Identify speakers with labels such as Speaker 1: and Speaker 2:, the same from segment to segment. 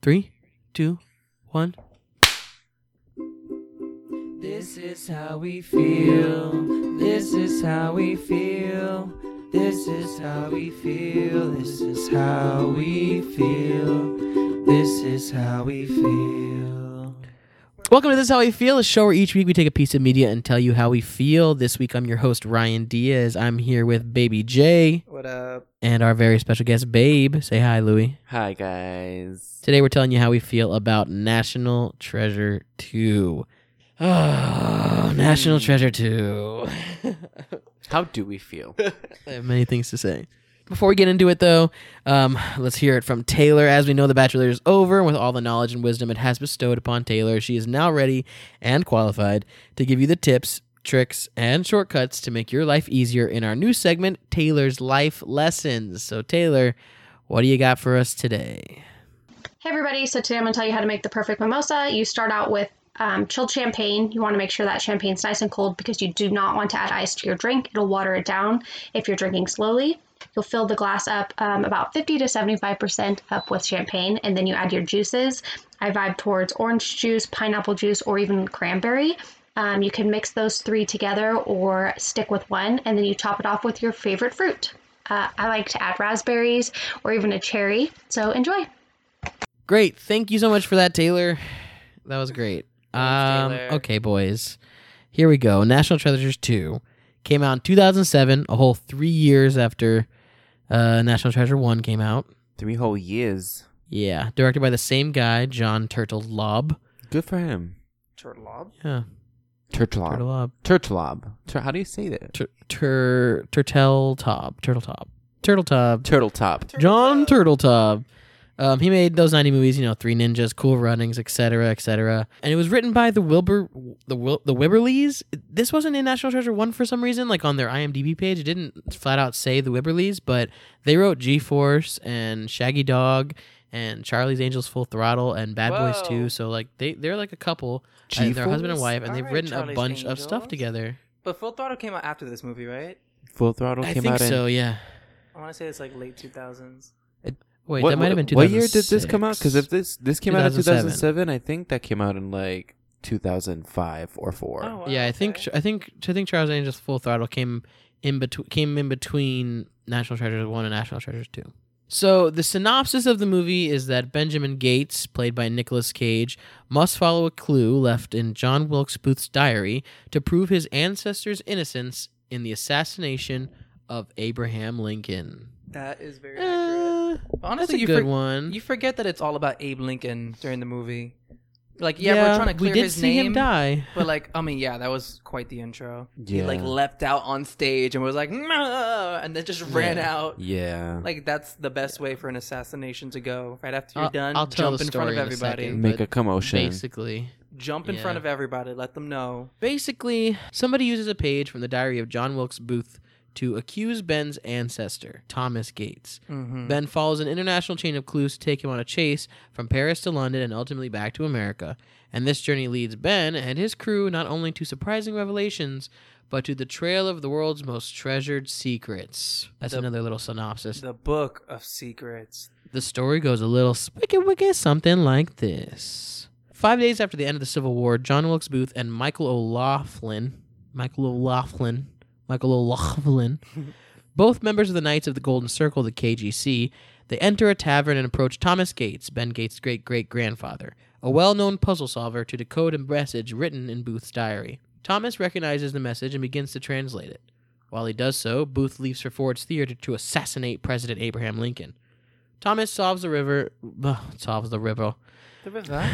Speaker 1: Three, two, one.
Speaker 2: This is how we feel. This is how we feel. This is how we feel. This is how we feel. This is how we feel.
Speaker 1: Welcome to This How We Feel, a show where each week we take a piece of media and tell you how we feel. This week I'm your host, Ryan Diaz. I'm here with Baby J
Speaker 2: What up?
Speaker 1: and our very special guest, Babe. Say hi, Louie.
Speaker 3: Hi guys.
Speaker 1: Today we're telling you how we feel about National Treasure 2. Oh, National Treasure 2.
Speaker 3: How do we feel?
Speaker 1: I have many things to say. Before we get into it, though, um, let's hear it from Taylor. As we know, The Bachelor is over, and with all the knowledge and wisdom it has bestowed upon Taylor, she is now ready and qualified to give you the tips, tricks, and shortcuts to make your life easier in our new segment, Taylor's Life Lessons. So, Taylor, what do you got for us today?
Speaker 4: Hey everybody, so today I'm going to tell you how to make the perfect mimosa. You start out with um, chilled champagne. You want to make sure that champagne's nice and cold because you do not want to add ice to your drink. It'll water it down if you're drinking slowly. You'll fill the glass up um, about 50 to 75% up with champagne, and then you add your juices. I vibe towards orange juice, pineapple juice, or even cranberry. Um, you can mix those three together or stick with one, and then you top it off with your favorite fruit. Uh, I like to add raspberries or even a cherry, so enjoy.
Speaker 1: Great. Thank you so much for that, Taylor. That was great.
Speaker 3: Thanks,
Speaker 1: Um,
Speaker 3: Taylor.
Speaker 1: okay, boys. Here we go. National Treasures 2 came out in 2007, a whole three years after uh, National Treasure 1 came out.
Speaker 3: Three whole years.
Speaker 1: Yeah. Directed by the same guy, John Turtle Lob.
Speaker 3: Good for him.
Speaker 2: Turtle lob?
Speaker 1: Yeah. Turtle
Speaker 3: Turtlob.
Speaker 1: Lob.
Speaker 3: Turtlob. Tur- how do you say that?
Speaker 1: Tur- tur- Turtle Top. Turtle Top. Turtle Top.
Speaker 3: Turtle top.
Speaker 1: John Turtle Tub. Um, he made those ninety movies, you know, Three Ninjas, Cool Runnings, etc., etc. And it was written by the Wilbur, the Wil- the Wibberleys. This wasn't in National Treasure One for some reason. Like on their IMDb page, it didn't flat out say the Wibberleys, but they wrote G Force and Shaggy Dog and Charlie's Angels Full Throttle and Bad Boys
Speaker 2: Whoa.
Speaker 1: Two. So like they they're like a couple, and they're husband and
Speaker 3: G-Force?
Speaker 1: wife, and they've
Speaker 2: Alright,
Speaker 1: written a
Speaker 2: Charlie's
Speaker 1: bunch of stuff
Speaker 2: Angels.
Speaker 1: together.
Speaker 2: But Full Throttle came out after this movie, right?
Speaker 3: Full throttle
Speaker 1: I
Speaker 3: came
Speaker 1: think
Speaker 3: out. in-
Speaker 1: so. Yeah.
Speaker 2: I want to say it's like late 2000s.
Speaker 1: Wait,
Speaker 3: What-
Speaker 1: that might have
Speaker 3: what-
Speaker 1: been. 2006.
Speaker 3: What year did this come out? Because if this this came out in
Speaker 1: 2007.
Speaker 3: 2007, I think that came out in like 2005 or four.
Speaker 2: Oh, wow,
Speaker 1: yeah, I think
Speaker 2: okay.
Speaker 1: I think I think Charles Angel's Full Throttle came in between came in between National Treasures One and National Treasures Two. So the synopsis of the movie is that Benjamin Gates, played by Nicolas Cage, must follow a clue left in John Wilkes Booth's diary to prove his ancestors' innocence in the assassination of Abraham Lincoln.
Speaker 2: That is very accurate.
Speaker 1: Uh, that's
Speaker 2: Honestly,
Speaker 1: a
Speaker 2: you,
Speaker 1: good
Speaker 2: for-
Speaker 1: one.
Speaker 2: you forget that it's all about Abe Lincoln during the movie. Like, yeah, we're trying to clear
Speaker 1: we did
Speaker 2: his
Speaker 1: see
Speaker 2: name.
Speaker 1: him die.
Speaker 2: But like, I mean, yeah, that was quite the intro. He
Speaker 3: Yeah.
Speaker 2: like left out on stage and was like, "Nah," and then just ran out.
Speaker 3: Yeah.
Speaker 2: Like that's the best way for an assassination to go. Right after you're
Speaker 1: I'll-
Speaker 2: done,
Speaker 1: I'll tell
Speaker 2: jump
Speaker 1: the
Speaker 2: in front of
Speaker 1: story in a
Speaker 2: everybody.
Speaker 1: second.
Speaker 3: Make
Speaker 1: but
Speaker 3: a commotion.
Speaker 1: Basically.
Speaker 2: jump in
Speaker 1: Yeah.
Speaker 2: front of everybody. Let them know.
Speaker 1: Basically, somebody uses a page from the diary of John Wilkes Booth to accuse Ben's ancestor, Thomas Gates.
Speaker 2: Mm-hmm.
Speaker 1: Ben follows an international chain of clues to take him on a chase from Paris to London and ultimately back to America. And this journey leads Ben and his crew not only to surprising revelations, but to the trail of the world's most treasured secrets. That's
Speaker 2: The-
Speaker 1: another little synopsis.
Speaker 2: The Book of Secrets.
Speaker 1: The story goes a little spicky wicky something like this. Five days after the end of the Civil War, John Wilkes Booth and Michael O'Laughlin, Michael O'Laughlin, Michael O'Laughlin, both members of the Knights of the Golden Circle, the KGC, they enter a tavern and approach Thomas Gates, Ben Gates' great great grandfather, a well known puzzle solver, to decode a message written in Booth's diary. Thomas recognizes the message and begins to translate it. While he does so, Booth leaves for Ford's Theater to assassinate President Abraham Lincoln. Thomas solves the river. ugh, solves the river.
Speaker 2: The river.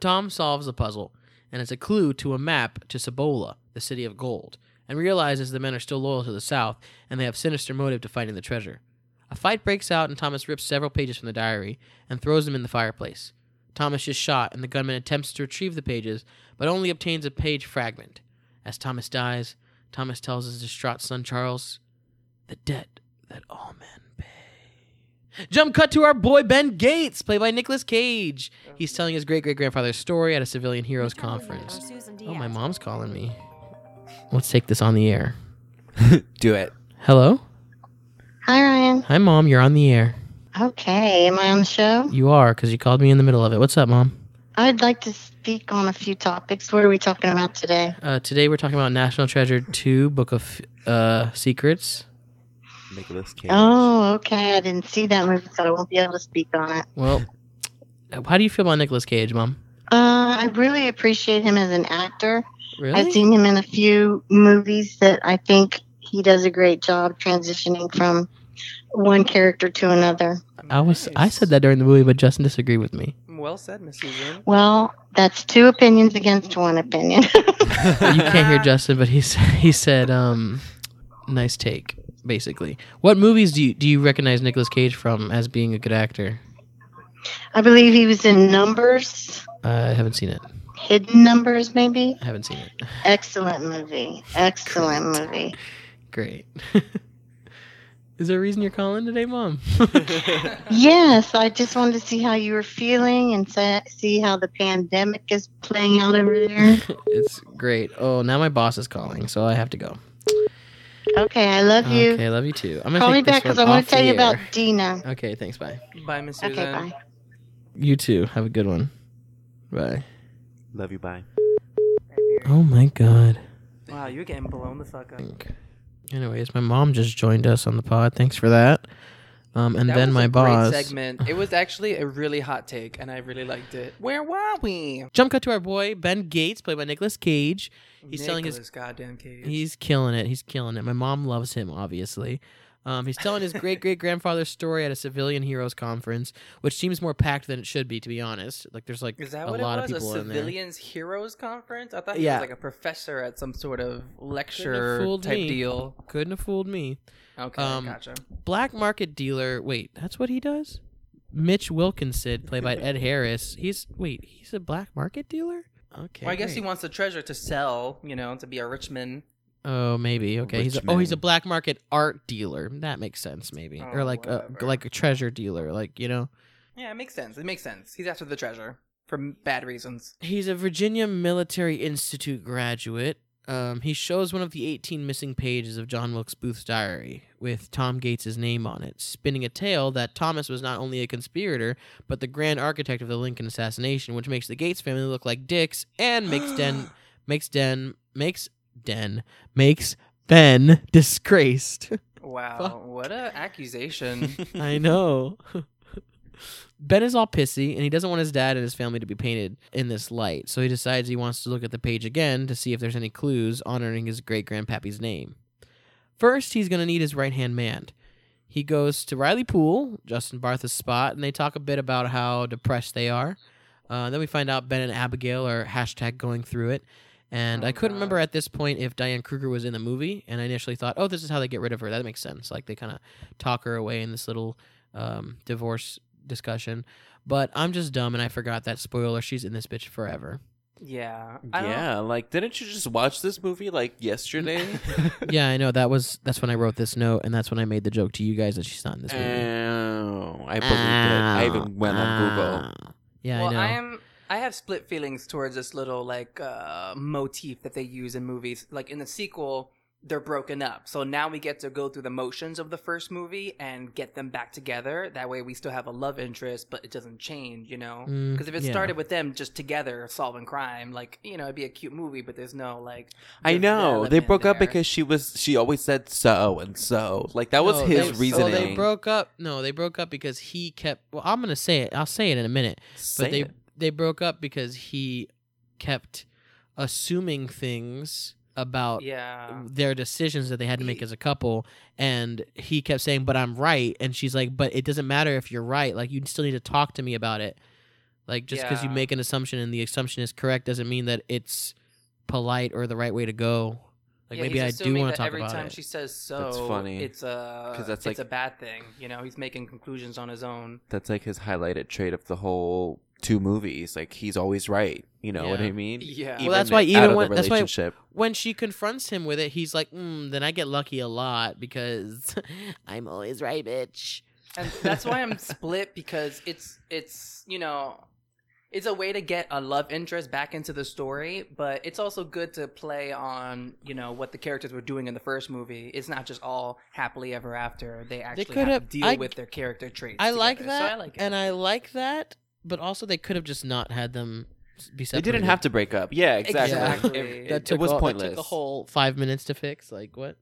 Speaker 1: Tom solves the puzzle, and it's a clue to a map to Cibola, the city of gold, and realizes the men are still loyal to the South, and they have sinister motive to finding the treasure. A fight breaks out, and Thomas rips several pages from the diary and throws them in the fireplace. Thomas is shot, and the gunman attempts to retrieve the pages, but only obtains a page fragment. As Thomas dies, Thomas tells his distraught son Charles, "The debt that all men pay." Jump cut to our boy Ben Gates, played by Nicolas Cage. He's telling his great great grandfather's story at a civilian heroes conference. Oh, my mom's calling me. Let's take this on the air.
Speaker 3: Do it.
Speaker 1: Hello?
Speaker 5: Hi, Ryan.
Speaker 1: Hi, mom. You're on the air.
Speaker 5: Okay, am I on the show?
Speaker 1: You are, because you called me in the middle of it. What's up, Mom?
Speaker 5: I'd like to speak on a few topics. What are we talking about today?
Speaker 1: Uh, today we're talking about National Treasure 2 Book of uh, Secrets.
Speaker 3: Nicholas Cage.
Speaker 5: Oh, okay. I didn't see that movie, so I won't be able to speak on it.
Speaker 1: Well, how do you feel about Nicolas Cage, Mom?
Speaker 5: Uh, I really appreciate him as an actor.
Speaker 1: Really?
Speaker 5: I've seen him in a few movies that I think he does a great job transitioning from one character to another.
Speaker 1: I was I said that during the movie, but Justin disagreed with me.
Speaker 2: Well said, Miss Suzanne.
Speaker 5: Well, that's two opinions against one opinion.
Speaker 1: you can't hear Justin, but he s- he said, um, "Nice take." Basically, what movies do you do you recognize Nicolas Cage from as being a good actor?
Speaker 5: I believe he was in Numbers,
Speaker 1: Uh, I haven't seen it.
Speaker 5: Hidden Numbers, maybe.
Speaker 1: I haven't seen it.
Speaker 5: Excellent movie. Excellent movie.
Speaker 1: Great. Is there a reason you're calling today, Mom?
Speaker 5: Yes, I just wanted to see how you were feeling and sa- see how the pandemic is playing out over
Speaker 1: Mm-hmm.
Speaker 5: there.
Speaker 1: it's great. Oh, now my boss is calling, so I have to go.
Speaker 5: Okay, I love you.
Speaker 1: Okay, love you too. I'm gonna
Speaker 5: Call me
Speaker 1: take
Speaker 5: back
Speaker 1: this
Speaker 5: because
Speaker 1: one
Speaker 5: I want
Speaker 1: off
Speaker 5: to tell
Speaker 1: the
Speaker 5: you about
Speaker 1: air.
Speaker 5: Dina.
Speaker 1: Okay, thanks. Bye.
Speaker 2: Bye, Miss
Speaker 5: Okay,
Speaker 2: Suzanne.
Speaker 5: bye.
Speaker 1: You too. Have a good one. Bye.
Speaker 3: Love you, bye.
Speaker 1: Oh my God.
Speaker 2: Wow, you're getting blown the fuck up.
Speaker 1: think. Anyways, my mom just joined us on the pod. Thanks for that. Um, and
Speaker 2: That
Speaker 1: then
Speaker 2: was
Speaker 1: my
Speaker 2: a
Speaker 1: boss.
Speaker 2: Great segment. It was actually a really hot take, and I really liked it. Where were we?
Speaker 1: Jump cut to our boy Ben Gates, played by Nicolas Cage. He's selling his-
Speaker 2: Nicolas goddamn cage.
Speaker 1: He's killing it. He's killing it. My mom loves him, obviously. Um, he's telling his great great grandfather's story at a civilian heroes conference, which seems more packed than it should be, to be honest. Like there's like
Speaker 2: Is that
Speaker 1: a
Speaker 2: what
Speaker 1: lot
Speaker 2: it was?
Speaker 1: of people
Speaker 2: a
Speaker 1: in there.
Speaker 2: civilians heroes conference? I thought he
Speaker 1: Yeah.
Speaker 2: was like a professor at some sort of lecture
Speaker 1: fooled
Speaker 2: type
Speaker 1: me.
Speaker 2: deal.
Speaker 1: Couldn't have fooled me.
Speaker 2: Okay,
Speaker 1: Um,
Speaker 2: gotcha.
Speaker 1: black market dealer. Wait, that's what he does. Mitch Wilkinson, played by Ed Harris. He's wait, he's a black market dealer. Okay.
Speaker 2: Well, I guess he
Speaker 1: great.
Speaker 2: wants the treasure to sell. You know, to be a rich man.
Speaker 1: Oh, maybe. Okay. He's a,
Speaker 3: Rich
Speaker 1: oh, he's a
Speaker 3: man.
Speaker 1: black market art dealer. That makes sense, maybe,
Speaker 2: Oh,
Speaker 1: or like a,
Speaker 2: whatever.
Speaker 1: like a treasure dealer, like you know.
Speaker 2: Yeah, it makes sense. It makes sense. He's after the treasure for m- bad reasons.
Speaker 1: He's a Virginia Military Institute graduate. Um, he shows one of the 18 missing pages of John Wilkes Booth's diary with Tom Gates' name on it, spinning a tale that Thomas was not only a conspirator, but the grand architect of the Lincoln assassination, which makes the Gates family look like dicks and makes Den makes Den makes Den makes Ben disgraced.
Speaker 2: Wow,
Speaker 1: Fuck.
Speaker 2: what a accusation!
Speaker 1: I know. ben is all pissy and he doesn't want his dad and his family to be painted in this light, so he decides he wants to look at the page again to see if there's any clues honoring his great grandpappy's name. First, he's going to need his right hand man. He goes to Riley Poole, Justin Bartha's spot, and they talk a bit about how depressed they are. Uh, then we find out Ben and Abigail are hashtag going through it. And
Speaker 2: Oh,
Speaker 1: I couldn't
Speaker 2: God.
Speaker 1: remember at this point if Diane Kruger was in the movie, and I initially thought, oh, this is how they get rid of her. That makes sense. Like they kind of talk her away in this little um, divorce discussion. But I'm just dumb and I forgot that spoiler. She's in this bitch forever.
Speaker 2: yeah, I don't-
Speaker 3: Yeah, like didn't you just watch this movie like yesterday?
Speaker 1: yeah, I know. That was that's when I wrote this note, and that's when I made the joke to you guys that she's not in this movie. Ah,
Speaker 3: Oh, I believe it. I even went on Google.
Speaker 1: Ow. ah. Yeah,
Speaker 2: well,
Speaker 1: I know.
Speaker 2: I am. I have split feelings towards this little like uh, motif that they use in movies. Like in the sequel, they're broken up, so now we get to go through the motions of the first movie and get them back together. That way, we still have a love interest, but it doesn't change, you know.
Speaker 1: Mm,
Speaker 2: Because if it
Speaker 1: yeah.
Speaker 2: started with them just together solving crime, like you know, it'd be a cute movie, but there's no like.
Speaker 3: I know they
Speaker 2: development
Speaker 3: broke up
Speaker 2: there.
Speaker 3: because she was she always said so and so. Like that was
Speaker 1: No,
Speaker 3: his
Speaker 1: they-
Speaker 3: reasoning.
Speaker 1: Well, they broke up. No, they broke up because he kept. Well, I'm gonna say it. I'll say it in a minute.
Speaker 3: Say
Speaker 1: But they
Speaker 3: it.
Speaker 1: they broke up because he kept assuming things about
Speaker 2: yeah,
Speaker 1: their decisions that they had to make
Speaker 2: Uh, He-
Speaker 1: as a couple and he kept saying but i'm right and she's like but it doesn't matter if you're right like you still need to talk to me about it like just because you
Speaker 2: Yeah.
Speaker 1: make an assumption and the assumption is correct doesn't mean that it's polite or the right way to go like
Speaker 2: Yeah,
Speaker 1: maybe i
Speaker 2: he's
Speaker 1: do
Speaker 2: assuming
Speaker 1: want
Speaker 2: that
Speaker 1: to talk
Speaker 2: every
Speaker 1: about
Speaker 2: time
Speaker 1: it
Speaker 2: she says so.
Speaker 3: That's funny.
Speaker 2: It's a
Speaker 3: 'Cause that's, like-
Speaker 2: it's a bad thing. You know, he's making conclusions on his own.
Speaker 3: That's like his highlighted trait of the whole two movies. Like he's always right. You know what
Speaker 1: Yeah.
Speaker 3: I mean?
Speaker 2: Yeah. Well,
Speaker 1: well that's why
Speaker 3: out
Speaker 1: even
Speaker 3: of the
Speaker 1: when that's why
Speaker 3: relationship.
Speaker 1: when she confronts him with it he's like mm, then i get lucky a lot because i'm always right bitch
Speaker 2: and that's why I'm split because it's it's you know it's a way to get a love interest back into the story, but it's also good to play on, you know, what the characters were doing in the first movie. It's not just all happily ever after. They actually
Speaker 1: could
Speaker 2: have,
Speaker 1: have-
Speaker 2: to deal
Speaker 1: I-
Speaker 2: with their character traits.
Speaker 1: I like
Speaker 2: together, so
Speaker 1: that,
Speaker 2: I like it.
Speaker 1: and I like that, but also they could have just not had them s- be
Speaker 3: They
Speaker 1: separated.
Speaker 3: didn't have to break up. Yeah, exactly.
Speaker 2: Exactly.
Speaker 3: It- it-
Speaker 1: That
Speaker 3: it
Speaker 1: took
Speaker 3: was
Speaker 1: all- that took
Speaker 3: pointless.
Speaker 1: a whole five minutes to fix. Like what?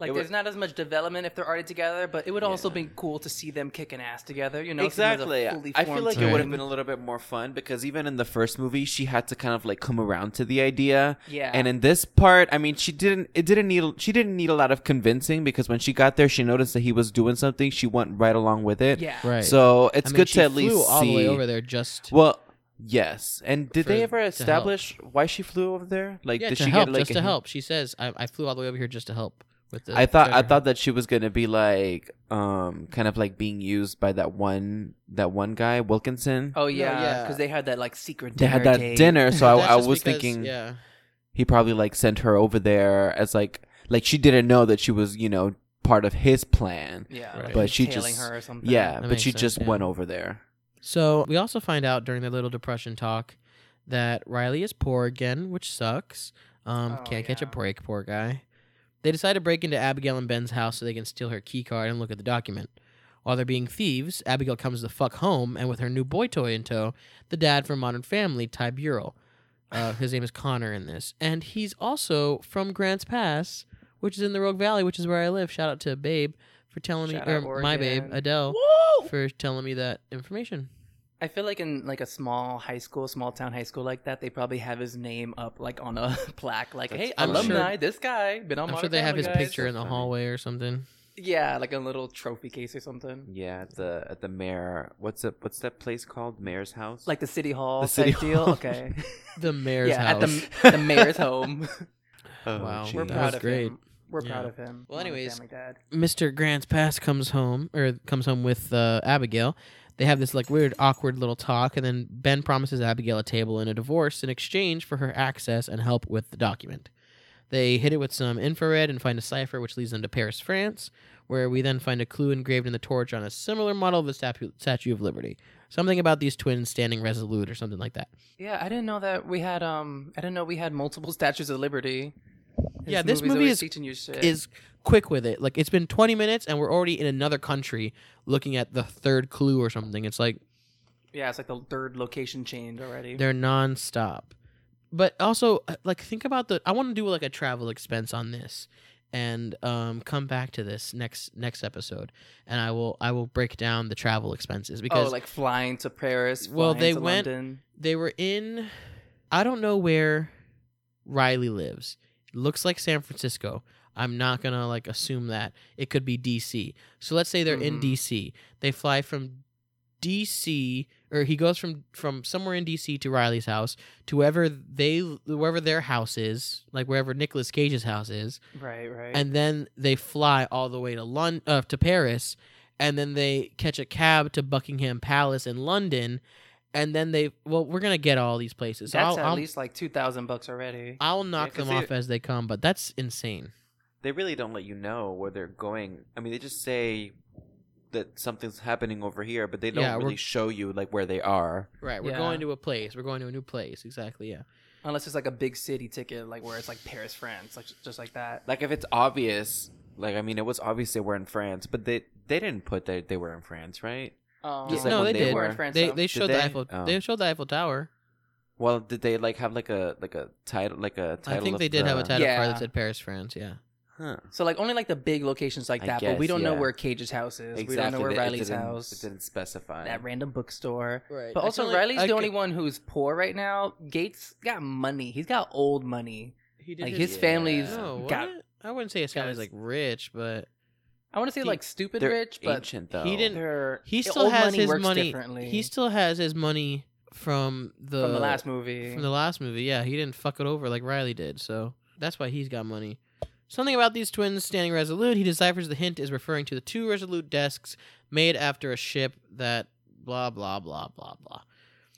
Speaker 2: like
Speaker 3: it
Speaker 2: there's
Speaker 3: was-
Speaker 2: not as much development if they're already together, but it would also
Speaker 3: Yeah.
Speaker 2: be cool to see them kicking ass together, you know? see them as a
Speaker 3: exactly.
Speaker 2: fully
Speaker 3: I feel
Speaker 2: formed
Speaker 3: like
Speaker 1: team.
Speaker 3: it would have
Speaker 2: team.
Speaker 3: been a little bit more fun because even in the first movie, she had to kind of like come around to the idea.
Speaker 2: Yeah.
Speaker 3: And in this part, I mean, she didn't. It didn't need. She didn't need a lot of convincing because when she got there, she noticed that he was doing something. She went right along with it.
Speaker 2: yeah.
Speaker 1: Right.
Speaker 3: So it's
Speaker 1: I mean,
Speaker 3: good
Speaker 1: she
Speaker 3: to at
Speaker 1: flew
Speaker 3: least
Speaker 1: all the way
Speaker 3: see-
Speaker 1: over there just.
Speaker 3: Well, yes. And did they
Speaker 1: For-
Speaker 3: ever
Speaker 1: to help.
Speaker 3: establish why she flew over there? Like,
Speaker 1: yeah,
Speaker 3: did
Speaker 1: to
Speaker 3: she
Speaker 1: help,
Speaker 3: get like
Speaker 1: just
Speaker 3: a
Speaker 1: to
Speaker 3: hint?
Speaker 1: help. uh, She says, I, "I flew all the way over here just to help." With the
Speaker 3: I thought I
Speaker 1: treasure
Speaker 3: thought that she was gonna be like, um, kind of like being used by that one that one guy Wilkinson.
Speaker 2: Oh yeah, because
Speaker 1: yeah.
Speaker 2: they had that like secret
Speaker 3: they
Speaker 2: dinner
Speaker 3: had that
Speaker 2: date.
Speaker 3: dinner, so
Speaker 1: hunt.
Speaker 3: I,
Speaker 1: That's
Speaker 3: I
Speaker 1: just
Speaker 3: was
Speaker 1: because-
Speaker 3: thinking
Speaker 1: yeah,
Speaker 3: he probably like sent her over there as like like she didn't know that she was you know part of his plan.
Speaker 2: Yeah,
Speaker 1: Right.
Speaker 2: like
Speaker 3: But she
Speaker 2: tailing
Speaker 3: just-
Speaker 2: her or something.
Speaker 3: Yeah, but
Speaker 1: makes
Speaker 3: she
Speaker 1: sense,
Speaker 3: just
Speaker 1: yeah.
Speaker 3: went over there.
Speaker 1: So we also find out during their little depression talk that Riley is poor again, which sucks. Um,
Speaker 2: Oh,
Speaker 1: can't catch a
Speaker 2: yeah.
Speaker 1: break, poor guy. They decide to break into Abigail and Ben's house so they can steal her key card and look at the document. While they're being thieves, Abigail comes the fuck home, and with her new boy toy in tow, the dad from Modern Family, Ty Burrell. Uh, his name is Connor in this, and he's also from Grants Pass, which is in the Rogue Valley, which is where I live. Shout out to Babe for telling
Speaker 2: Shout
Speaker 1: me,
Speaker 2: out,
Speaker 1: or my babe
Speaker 2: Oregon.
Speaker 1: Adele
Speaker 2: Woo!
Speaker 1: for telling me that information.
Speaker 2: I feel like in like a small high school, small town high school like that, they probably have his name up like on a plaque, like
Speaker 3: That's
Speaker 2: hey,
Speaker 3: funny.
Speaker 2: alumni, this guy been on.
Speaker 1: I'm sure
Speaker 2: Modern
Speaker 1: they have
Speaker 2: Family,
Speaker 1: his
Speaker 2: guys."
Speaker 1: picture in the
Speaker 3: Funny.
Speaker 1: hallway or something.
Speaker 2: Yeah, like a little trophy case or something,
Speaker 3: Yeah, at the at the mayor. What's that? What's that place called? Mayor's house.
Speaker 2: like the city hall
Speaker 3: The
Speaker 2: type
Speaker 3: city
Speaker 2: deal.
Speaker 3: hall.
Speaker 2: Okay,
Speaker 1: The mayor's
Speaker 2: yeah,
Speaker 1: house.
Speaker 2: at the, the mayor's home.
Speaker 3: Oh,
Speaker 1: Wow.
Speaker 3: geez.
Speaker 2: We're
Speaker 1: That
Speaker 2: proud
Speaker 1: was
Speaker 2: of
Speaker 1: great.
Speaker 2: him. We're proud
Speaker 1: Yeah.
Speaker 2: of him.
Speaker 1: Well,
Speaker 2: Modern
Speaker 1: anyways,
Speaker 2: Family dad.
Speaker 1: Mr. Grant's past comes home or comes home with uh, Abigail. They have this like weird, awkward little talk, and then Ben promises Abigail a table and a divorce in exchange for her access and help with the document. They hit it with some infrared and find a cipher, which leads them to Paris, France, where we then find a clue engraved in the torch on a similar model of the Statue, Statue of Liberty. Something about these twins standing resolute or something like that.
Speaker 2: Yeah, I didn't know that we had um, I didn't know we had multiple statues of liberty.
Speaker 1: Yeah, this
Speaker 2: movie's
Speaker 1: movie
Speaker 2: always
Speaker 1: is-
Speaker 2: teaching you shit.
Speaker 1: is quick with it. Like it's been 20 minutes and we're already in another country looking at the third clue or something. It's like
Speaker 2: yeah, it's like the third location change already.
Speaker 1: they're nonstop. But also uh, like think about the I want to do like a travel expense on this and um come back to this next next episode and I will I will break down the travel expenses because
Speaker 2: oh, like flying to Paris.
Speaker 1: Well,
Speaker 2: flying
Speaker 1: they
Speaker 2: to
Speaker 1: went-
Speaker 2: London.
Speaker 1: they were in I don't know where Riley lives. looks like San Francisco. I'm not going to like assume that. It could be DC. So let's say they're in
Speaker 2: Mhm.
Speaker 1: DC. They fly from DC or he goes from from somewhere in DC to Riley's house to wherever they wherever their house is, like wherever Nicolas Cage's house is,
Speaker 2: Right, right.
Speaker 1: and then they fly all the way to Lon- uh, to Paris, and then they catch a cab to Buckingham Palace in London, and then they well, we're gonna get all these places. So
Speaker 2: that's
Speaker 1: I'll,
Speaker 2: at
Speaker 1: I'll,
Speaker 2: least like two thousand bucks already.
Speaker 1: I'll knock
Speaker 3: 'cause
Speaker 1: them
Speaker 3: they-
Speaker 1: off as they come, but that's insane.
Speaker 3: they really don't let you know where they're going. I mean, they just say that something's happening over here, but they don't
Speaker 1: Yeah, we're-
Speaker 3: really show you like where they are.
Speaker 1: Right, we're
Speaker 2: Yeah.
Speaker 1: going to a place. We're going to a new place. Exactly. Yeah.
Speaker 2: Unless it's like a big city ticket, like where it's like Paris, France, like just like that.
Speaker 3: Like if it's obvious, like I mean, it was obvious they were in France, but they they didn't put that they were in France, right?
Speaker 2: Um,
Speaker 3: Just like
Speaker 1: no,
Speaker 3: when
Speaker 1: they,
Speaker 3: they
Speaker 1: did.
Speaker 3: were-
Speaker 2: in France,
Speaker 1: they
Speaker 2: though.
Speaker 1: they showed
Speaker 3: they?
Speaker 1: the Eiffel.
Speaker 3: Oh.
Speaker 1: They showed the Eiffel Tower.
Speaker 3: Well, did they like have like a like a title like a title?
Speaker 1: I think
Speaker 3: of
Speaker 1: they did have a
Speaker 3: the-
Speaker 1: title card that
Speaker 2: Yeah.
Speaker 1: said Paris, France. Yeah.
Speaker 3: Huh.
Speaker 2: so like only like the big locations like
Speaker 3: I
Speaker 2: that, but
Speaker 3: guess,
Speaker 2: we don't know
Speaker 3: yeah.
Speaker 2: where Cage's house is. We don't know where
Speaker 3: they- it
Speaker 2: Riley's
Speaker 3: didn't-
Speaker 2: house.
Speaker 3: It didn't specify.
Speaker 2: That random bookstore.
Speaker 1: Right.
Speaker 2: But also, Riley's the only one who's poor right now. Gates got money. He's got old money.
Speaker 1: He
Speaker 2: Like
Speaker 3: just-
Speaker 2: his
Speaker 3: Yeah.
Speaker 2: family's
Speaker 1: No,
Speaker 2: got.
Speaker 1: what? I wouldn't say his
Speaker 2: got
Speaker 1: family's like
Speaker 2: his-
Speaker 1: rich, but
Speaker 2: I want to say
Speaker 1: He-
Speaker 2: like stupid
Speaker 3: They're
Speaker 2: rich, but
Speaker 3: ancient though.
Speaker 1: he didn't-
Speaker 2: they're-
Speaker 1: he
Speaker 2: the
Speaker 1: still
Speaker 2: old
Speaker 1: has
Speaker 2: money
Speaker 1: his
Speaker 2: works
Speaker 1: money.
Speaker 2: Differently
Speaker 1: He still has his money from the
Speaker 2: from the last movie.
Speaker 1: from the last movie. Yeah, he didn't fuck it over like Riley did, so that's why he's got money. Something about these twins standing resolute. He deciphers the hint is referring to the two resolute desks made after a ship that blah blah blah blah blah.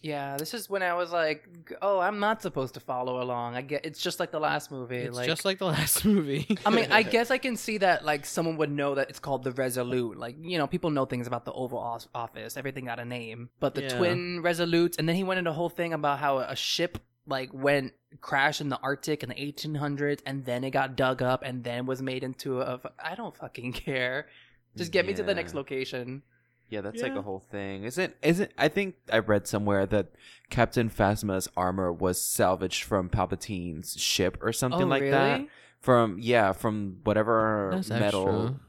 Speaker 2: Yeah, this is when I was like, "Oh, I'm not supposed to follow along." I get it's just like the last movie.
Speaker 1: It's just like the last movie.
Speaker 2: I mean, I guess I can see that like someone would know that it's called the Resolute. Like you know, people know things about the Oval Os- Office. Everything got a name, but the
Speaker 1: Yeah.
Speaker 2: twin Resolutes, and then he went into a whole thing about how a ship like went crashed in the Arctic in the 1800s, and then it got dug up, and then was made into a. f- I don't fucking care. Just get me to the
Speaker 3: Yeah.
Speaker 2: next location.
Speaker 3: Yeah, that's like
Speaker 1: Yeah.
Speaker 3: a whole thing. Isn't isn't I think I read somewhere that Captain Phasma's armor was salvaged from Palpatine's ship or something
Speaker 2: oh,
Speaker 3: like
Speaker 2: really?
Speaker 3: that. From yeah, from whatever
Speaker 1: That's
Speaker 3: metal.
Speaker 1: extra.